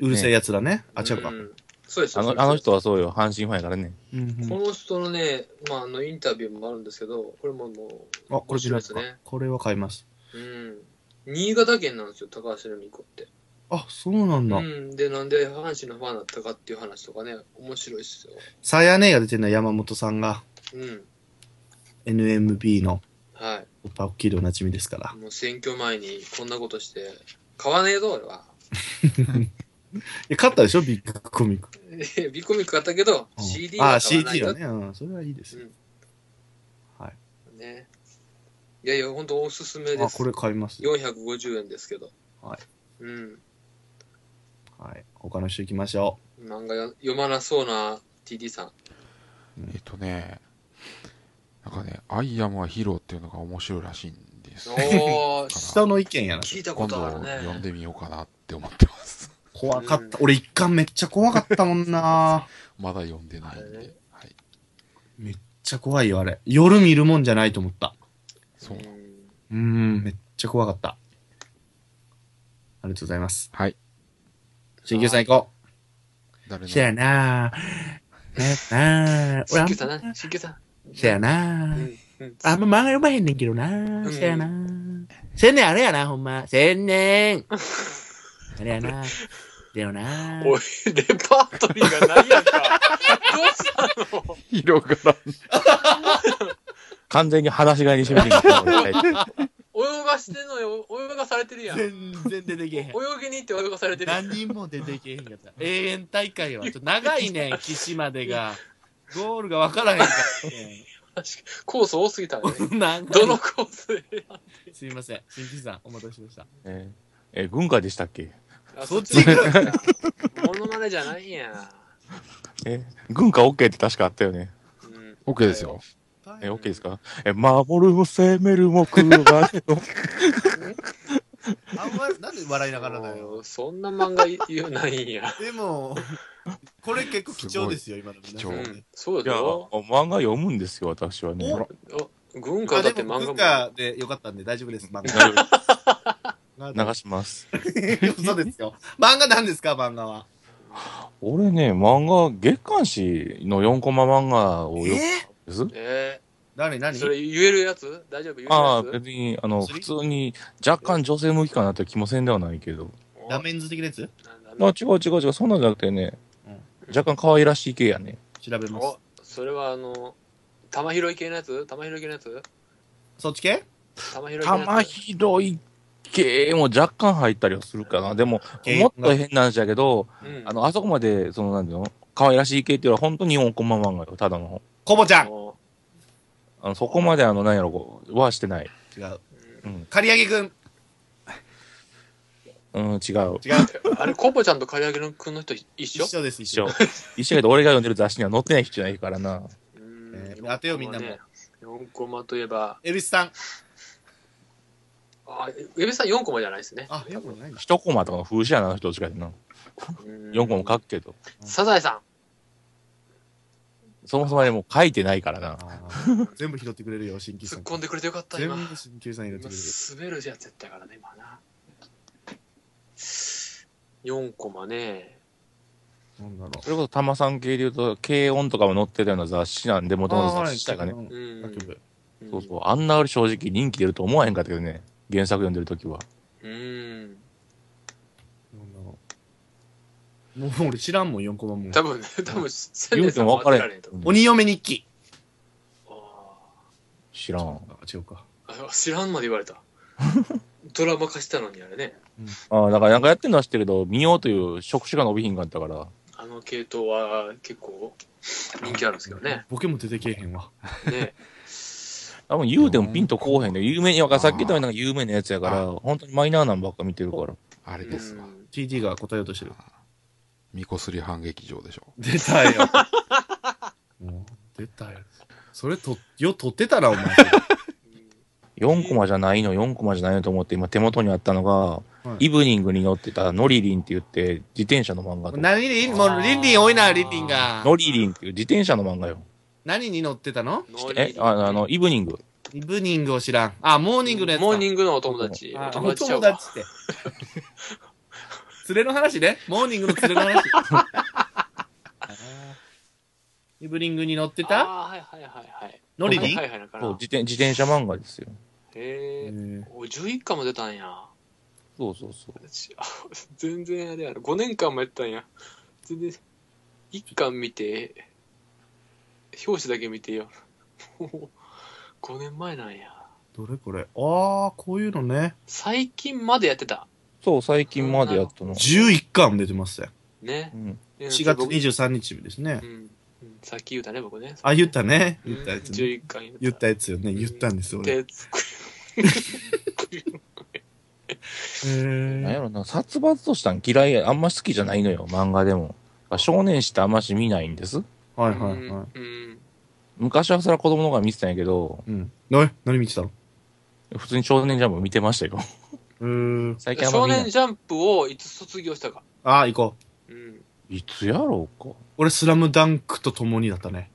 Speaker 1: うるせえやつだね。あ、違うか
Speaker 3: う。んそうです
Speaker 2: あ
Speaker 3: そうで
Speaker 2: の
Speaker 3: す
Speaker 2: あの人はそうよ、阪神ファンやからね。
Speaker 1: うんうん
Speaker 3: この人のね、まあ、あのインタビューもあるんですけど、これももう、
Speaker 1: あ、これ違う
Speaker 3: 面白い
Speaker 1: か
Speaker 3: ですね。
Speaker 1: これは買います。
Speaker 3: うん、新潟県なんですよ、高橋留美子って。
Speaker 1: あ、そうなん
Speaker 3: う
Speaker 1: だ。
Speaker 3: ん、で、なんで阪神のファンだったかっていう話とかね、面白いですよ。
Speaker 1: さやねが出てるの山本さんが
Speaker 3: うん、
Speaker 1: NMB の
Speaker 3: は
Speaker 1: おっぱい大きいでおなじみですから
Speaker 3: い。。もう選挙前にこんなことして、買わねえぞ、俺は。
Speaker 1: え、買ったでしょビッグコミック。
Speaker 3: でビッグコミック買ったけど、
Speaker 1: うん
Speaker 3: CD
Speaker 1: あ
Speaker 3: は
Speaker 1: あ、
Speaker 3: 買わない
Speaker 1: CD
Speaker 3: よ
Speaker 1: だね。うん、それはいいです。
Speaker 3: ね。いやいや、本当おすすめで
Speaker 1: あ、
Speaker 3: す。
Speaker 1: これ買います。
Speaker 3: 450円ですけど。
Speaker 1: はい。
Speaker 3: うん。
Speaker 1: はい。他の人行きましょ
Speaker 3: 漫画よ読まなそうな TD さん。
Speaker 4: えっとね、なんかね、アイアムはヒーローっていうのが面白いらしいんです。
Speaker 3: おー、
Speaker 1: う。下の意見やな。
Speaker 3: 聞いたこ
Speaker 4: 今
Speaker 3: とある
Speaker 4: 度
Speaker 3: ね。
Speaker 4: 読んでみようかなって思ってます。
Speaker 1: 怖かった。俺一巻めっちゃ怖かったもんな。
Speaker 4: まだ読んで
Speaker 3: あ
Speaker 4: ないん
Speaker 3: れ
Speaker 4: で
Speaker 3: ね。
Speaker 4: はい。
Speaker 1: めっちゃ怖いよ、あれ。夜見るもんじゃないと思った。
Speaker 4: そう。
Speaker 3: ん
Speaker 1: うーん、めっちゃ怖かった。ありがとうございます。
Speaker 4: はい。
Speaker 1: 新旧さん行こ
Speaker 4: 誰
Speaker 1: う。
Speaker 4: の
Speaker 1: せ やなぁ。ねなぁ。俺あ
Speaker 3: 新
Speaker 1: ん
Speaker 3: 旧さんな、新旧さん。
Speaker 1: せやなぁ。
Speaker 3: うんうん
Speaker 1: あんま漫画読まへんねんけどなぁ。
Speaker 3: ん
Speaker 1: せやなぁ。千年あれやな、ほんま。千 年あれやなぁ。だよなぁ。
Speaker 3: おい、レパートリーがないや んか。どうしたの
Speaker 4: 広がらん。
Speaker 2: 完全に話し飼いにしてみてください俺絶 対。
Speaker 3: 泳がしてんのよ、泳がされてるやん。泳
Speaker 1: 全然出てけへん。
Speaker 3: ぎに行って泳がされてるやん。
Speaker 1: 何人も出てけへんかった。永遠大会は。ちょっと長い ねん、岸までが。ゴールが分からへんかっ
Speaker 3: コース多すぎたね。
Speaker 1: た。なんか
Speaker 3: どのコース
Speaker 1: すいません。新規さん、お待たせしました。
Speaker 2: えーえー、軍歌でしたっけ
Speaker 3: あ
Speaker 1: そっち行く
Speaker 3: か。 モノマネじゃないんや。
Speaker 2: えー、軍歌 OK って確かあったよね。
Speaker 3: うん。
Speaker 4: OK ですよ。
Speaker 2: えー、OK ですかえー、守るも攻めるも空はねの。
Speaker 1: あんまり、なんで笑いながらだよ。
Speaker 3: そう。そんな漫画言うないんや。
Speaker 1: でも、これ結構貴重ですよ、今の皆さ
Speaker 4: そ
Speaker 3: うんん。そう
Speaker 2: いや、
Speaker 3: よ。
Speaker 2: 漫画読むんですよ、私はね。
Speaker 3: あ軍歌
Speaker 1: あ、
Speaker 3: だ
Speaker 1: で
Speaker 3: って
Speaker 1: も、
Speaker 3: 漫
Speaker 1: 文
Speaker 3: 画
Speaker 1: 化でよかったんで大丈夫です、漫
Speaker 2: 流
Speaker 1: 画。
Speaker 2: します。
Speaker 1: そうですよ。漫画なんですか、漫画は。
Speaker 2: 俺ね、漫画、月刊誌の4コマ漫画
Speaker 1: え
Speaker 2: を
Speaker 1: ー
Speaker 2: よくです。
Speaker 3: も。え
Speaker 1: 何
Speaker 3: ー、
Speaker 1: 何
Speaker 3: それ言えるやつ大丈夫言えるやつ
Speaker 2: ああ、別に、あの、
Speaker 1: 釣
Speaker 2: 普
Speaker 1: り
Speaker 2: 通に、若干女性向きかなって気もせんではないけど。
Speaker 1: ダメンズ的なやつ
Speaker 3: なんだ
Speaker 2: あ違う違う違う、そんなんじゃなくてね、若干可愛らしい系やね。
Speaker 1: 調べます
Speaker 3: お。それはあの、玉拾い系のやつ玉拾い系のやつ
Speaker 1: そっち系
Speaker 3: 玉拾い系の
Speaker 2: 玉
Speaker 3: やつ
Speaker 2: 拾い系も若干入ったりはするかな。でも、もっと変な話やけど、
Speaker 3: うん
Speaker 2: あの、あそこまで、その、なんていうの可愛らしい系っていうのは本当に日本コマ漫画よ。ただの。
Speaker 1: コボちゃん
Speaker 3: も
Speaker 2: あのそこまであの、なんやろ、こうはしてない。
Speaker 1: 違う。
Speaker 2: うん。
Speaker 1: 刈り上げくん
Speaker 2: うん、違う。
Speaker 1: 違う。
Speaker 3: うあれ、コボちゃんと刈り上げのくんの人一
Speaker 1: 一
Speaker 3: 緒
Speaker 1: 緒です、
Speaker 2: 一
Speaker 1: 一緒
Speaker 2: 緒。。一緒やけど、俺が読んでる雑誌には載ってない人じゃないからな。
Speaker 3: う
Speaker 1: え
Speaker 3: ん
Speaker 1: ー当てよみんなも
Speaker 3: 4コマといえば、
Speaker 1: エビスさん。
Speaker 3: あ、ウェブさん4コマじゃないですね。
Speaker 1: あ、よくないな。
Speaker 2: 一コマとかの風刺やな、人しかやな。4コマ書くけど。
Speaker 3: サザエさん。
Speaker 2: そもそもね、もう書いてないからな。
Speaker 1: あー 全部拾ってくれるよ、新規さ
Speaker 3: 突っ
Speaker 1: ん。
Speaker 3: 込んでくれてよかった、
Speaker 1: 全
Speaker 3: 今。
Speaker 1: 部
Speaker 3: 今
Speaker 1: 新規さん入れてくれる。
Speaker 3: 滑るやつやったからね、今な。4コマね。
Speaker 1: なんだろ
Speaker 2: それこそ、玉さん系で言うと、軽音とかも載ってたような雑誌なんで、も
Speaker 1: う。
Speaker 2: ともと雑誌自体がね。
Speaker 1: う
Speaker 3: うんん。
Speaker 1: 楽部。
Speaker 2: そうそう。あんな正直人気出ると思わへんかったけどね。原作読んでるときは。
Speaker 3: うん。うん。
Speaker 1: なんだろう。 もう俺知らんもん、4コマも。
Speaker 3: 多分ね、多分、千
Speaker 2: 言う
Speaker 3: 年
Speaker 2: て
Speaker 3: さん
Speaker 2: も
Speaker 3: も
Speaker 2: 分かれへ
Speaker 3: 当
Speaker 2: ん
Speaker 3: てられへんと。
Speaker 1: 鬼嫁日記。
Speaker 2: 知らん。
Speaker 1: あ、違うか。
Speaker 3: あーあ知らんまで言われ た。ドラマ化したのにあれね。
Speaker 2: ああ、だからなんかやってるのは知ってるけど、見ようという職種が伸びひんかったから。
Speaker 3: あの系統は結構人気あるんですけどね。
Speaker 1: ボケも出てけえへんわ。
Speaker 3: ね。
Speaker 2: 多分言うてもピンとこうへんで、有名に、なんかさっき言ったような有名なやつやから、本当にマイナーなんばっか見てるから。
Speaker 4: あれ
Speaker 3: う
Speaker 4: ですわ。
Speaker 3: ん
Speaker 1: TD が答えようとしてる。
Speaker 4: みこすり反撃場でしょ。
Speaker 1: 出たよ。 もう、出たよ。それと、よ、取ってたら、お 前。
Speaker 2: 4コマじゃないの、4コマじゃないのと思って、今手元にあったのが、
Speaker 1: い
Speaker 2: イブニングに乗ってたノリリンって言って、自転車の漫画と。
Speaker 1: 何に、もう、リンリン多いな、リンリンが。
Speaker 2: ノリリンっていう自転車の漫画よ。
Speaker 1: 何に乗ってたの
Speaker 3: ノーリ
Speaker 2: え、
Speaker 3: ー
Speaker 2: ああの、イブニング。
Speaker 1: イブニングを知らん。あ、モーニングのやつか。
Speaker 3: モーニングのお友達。
Speaker 1: あ
Speaker 3: お
Speaker 1: お
Speaker 3: 友達ちゃ
Speaker 1: 友
Speaker 3: うわ
Speaker 1: 達。って。連れの話ね。モーニングの連れの話。 イブニングに乗ってた
Speaker 3: ああ、はいはいはいはい。
Speaker 1: ノリリン
Speaker 3: はいはいはいか
Speaker 2: そう、
Speaker 3: な
Speaker 2: 自。転自転車漫画ですよ。
Speaker 3: へえ。
Speaker 1: え
Speaker 3: お11巻も出たんや。
Speaker 2: そうそうそう。
Speaker 3: 私あ全然あれやな。5年間もやったんや。全然、1巻見て、表紙だけ見てよ。 もう、5年前なんや。
Speaker 1: ーどれこれああ、こういうのね。
Speaker 3: 最近までやってた。
Speaker 2: そう、最近までやったの。
Speaker 1: 11巻出てますよ。
Speaker 3: ね
Speaker 2: う。ん。
Speaker 1: 4月
Speaker 3: 僕
Speaker 1: 23日ですね
Speaker 3: う。ん。うんさっき言うたね、僕ね。
Speaker 1: あ、言ったね。
Speaker 3: うん
Speaker 1: 言ったやつ、ね。
Speaker 3: 11巻
Speaker 1: 言ったやつよね。言ったんですよ、俺。へ
Speaker 3: で作る
Speaker 2: なんや
Speaker 1: ー
Speaker 2: ろな、殺伐としたん嫌いや、あんま好きじゃないのよ、漫画でも。少年誌ってあんまし見ないんです。
Speaker 1: はいはいはい。
Speaker 3: うん。
Speaker 2: 昔はそれは子供の方が見てたんやけど、
Speaker 1: うん。な何見てたの
Speaker 2: 普通に少年ジャンプ見てました よ。
Speaker 1: うーん。
Speaker 2: 最近あんま
Speaker 3: 少
Speaker 2: 見な
Speaker 3: 年
Speaker 2: い。
Speaker 3: ジャンプをいつ卒業したか。
Speaker 1: あー、行こう。
Speaker 3: うん。
Speaker 2: いつやろうか。
Speaker 1: 俺、スラムダンクと共にだったね。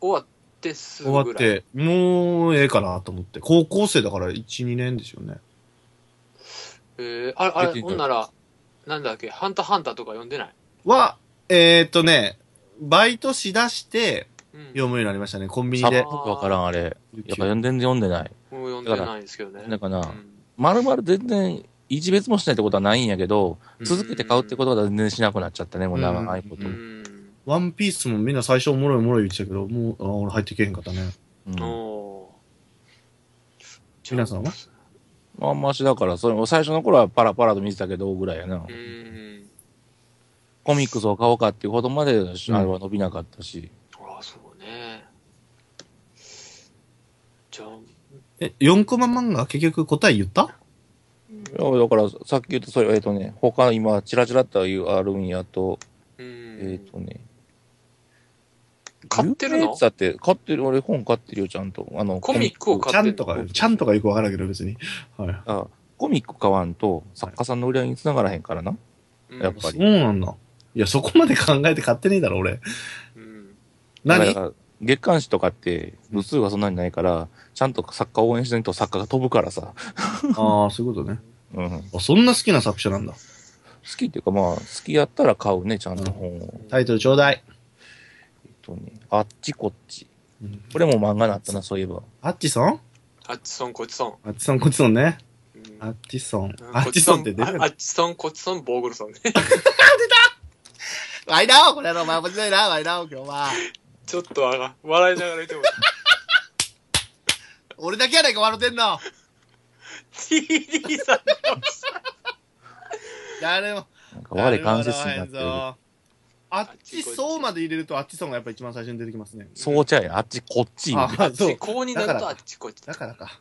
Speaker 3: 終わってすぐ
Speaker 1: 終
Speaker 3: ぐら
Speaker 1: わ
Speaker 3: い。
Speaker 1: って、もうええかなと思って。高校生だから1、2年ですよね。
Speaker 3: えー、あれ、あ
Speaker 2: 出て
Speaker 3: れ、
Speaker 2: んだ
Speaker 3: ほんなら、なんだっけ、ハンターハンターとか読んでない
Speaker 1: は、えー、っとね、バイトしだして
Speaker 3: うん。
Speaker 1: 読むようになりましたね。コンビ
Speaker 2: さ
Speaker 1: ニ
Speaker 2: っぱ
Speaker 1: で
Speaker 2: り。わからん、あれ。やっぱ全然読んでない。
Speaker 3: もう読んでないんですけどね。
Speaker 2: だから
Speaker 3: うん
Speaker 2: まるまる全然、一別もしないってことはないんやけど、続けて買うってことが全然しなくなっちゃったね、もう長いこと。う
Speaker 3: う。
Speaker 2: ん
Speaker 1: ワンピースもみんな最初おもろいおもろい言ってたけど、もう、あ俺入ってけへんかったね。
Speaker 2: ん
Speaker 3: おー
Speaker 1: 皆さんは
Speaker 2: まあんましだから、それも最初の頃はパラパラと見てたけど、ぐらいやな。
Speaker 3: うん。
Speaker 2: コミックスを買おうかっていうほどまで、あれは伸びなかったし。
Speaker 3: ああ、そうね。じゃあ、
Speaker 1: え、4コマ漫画結局答え言った
Speaker 2: いやだから、さっき言った、それ、えっ、とね、他、今、チラチラっというあるんやと、
Speaker 3: う
Speaker 2: えっ、
Speaker 3: ん。
Speaker 2: とね。
Speaker 3: 買ってる
Speaker 2: 有名や
Speaker 3: の
Speaker 2: つだって、買ってる、俺本買ってるよ、ちゃんと。あの、
Speaker 3: コミックを買
Speaker 1: ち
Speaker 3: っ
Speaker 1: ゃ
Speaker 3: て
Speaker 1: ん
Speaker 3: る
Speaker 1: とか、ちゃんとかよくわからんけど別に。は
Speaker 2: あコミック買わんと、作家さんの売り上げに繋がらへんからな。やっ
Speaker 1: い。
Speaker 2: ぱ
Speaker 1: そう
Speaker 2: り。
Speaker 1: なんだ。いや、そこまで考えて買ってねえだろ、俺。
Speaker 3: うん。
Speaker 2: だ
Speaker 1: 何
Speaker 2: から月刊誌とかって、部数がそんなにないから、ちゃんと作家を応援しないと作家が飛ぶからさ。
Speaker 1: ああ、そういうことね。
Speaker 2: うん。好
Speaker 1: あ、そんな好きな作者なんだ。
Speaker 2: きっていうか、まあ、好きやったら買うね、ちゃんと本を。
Speaker 1: タイトルちょうだい。
Speaker 2: とね、あっちこっち
Speaker 1: うん。
Speaker 2: これも漫画なったな、そういえば。
Speaker 1: アッチソン
Speaker 3: あっちそん、こっちそん。
Speaker 1: アッチソン、こっちソンね。
Speaker 3: うん
Speaker 1: アッチソン。
Speaker 3: うん
Speaker 1: アッチソンって出
Speaker 3: こ
Speaker 1: る
Speaker 3: っちそんああっちそん、こっちそん、ボーグルソンね。
Speaker 1: ワイナオこれのお前面白いな、ワイナオ今日は。
Speaker 3: ちょっとあが笑いながら言っても
Speaker 1: 俺だけやないか、笑ってんの。
Speaker 3: TD さん
Speaker 1: 誰も。
Speaker 2: なんか我関節になってる
Speaker 1: 誰も笑。わへんぞあっちそうまで入れると、あっちそうがやっぱ一番最初に出てきますね。
Speaker 2: そうちゃうやん。あっちこっち。
Speaker 1: あ
Speaker 3: あ
Speaker 1: あ、
Speaker 3: っ
Speaker 1: そ
Speaker 3: ち
Speaker 1: う。
Speaker 3: こうになるとあっちこっち
Speaker 1: だからか。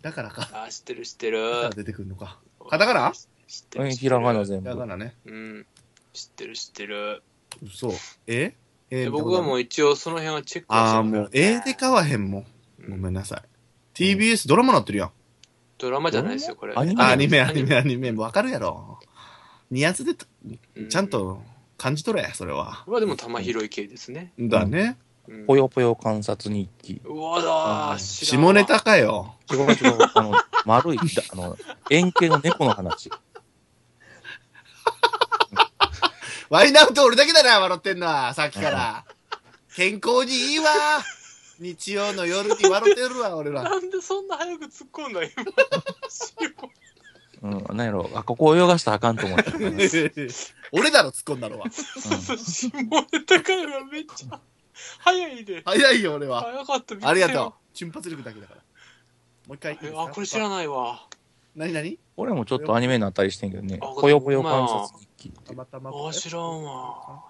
Speaker 1: だからか。
Speaker 3: あ知ってる知ってる
Speaker 1: だから出てくるのか。カタカナ
Speaker 3: 知って
Speaker 2: うん、
Speaker 3: る知っ
Speaker 2: ひ
Speaker 3: てる
Speaker 2: らがな全
Speaker 1: だか
Speaker 2: 部。
Speaker 1: らね。
Speaker 3: うん知ってる知ってる
Speaker 1: 嘘。ええ
Speaker 3: で僕はも
Speaker 1: う。
Speaker 3: う一応その辺はチェックはし
Speaker 1: あ
Speaker 3: て
Speaker 1: あ、
Speaker 3: るから
Speaker 1: もう、ええで買わへんもん。ごめんなさい。TBS ドラマなってるやん。
Speaker 3: ドラマじゃないですよこれ
Speaker 2: アニメ
Speaker 1: あアニメ、アニメ、アニメ、わかるやろ。ニアズでと、
Speaker 3: うん
Speaker 1: ちゃんと感じ取れ、それは。
Speaker 3: これはでも玉拾い系ですね
Speaker 1: だね。
Speaker 3: うん
Speaker 2: ぽよぽよ観察日記。
Speaker 3: うわだー知らん
Speaker 1: 下
Speaker 3: わ
Speaker 1: ネタかよ。
Speaker 2: 違う違う。あの、丸い、あの、円形の猫の話。
Speaker 1: ワインアウト俺だけだな、笑ってんのは、さっきから。 健康にいいわ。日曜の夜に笑ってるわ、俺ら。
Speaker 3: なんでそんな早く突っ込んだ今
Speaker 2: うん、なんやろ。あ、ここ泳がしたらあかんと思って。うん
Speaker 1: 俺だろ、突っ込んだのは。
Speaker 3: そうそう下ネタ感がめっちゃ早いで
Speaker 1: 早いよ、俺は。
Speaker 3: 早かったびっく
Speaker 1: あり
Speaker 3: し
Speaker 1: が
Speaker 3: た
Speaker 1: とう
Speaker 3: よ。
Speaker 1: 瞬発力だけだから。もう一回いいですか。
Speaker 3: あこれ知ら
Speaker 1: ん。
Speaker 3: ないわ
Speaker 1: 何何
Speaker 2: 俺もちょっとアニメになったりしてんけどね。
Speaker 3: あ
Speaker 2: ぽよぽよ観察日記。
Speaker 1: たまたま。
Speaker 3: あ知らんわ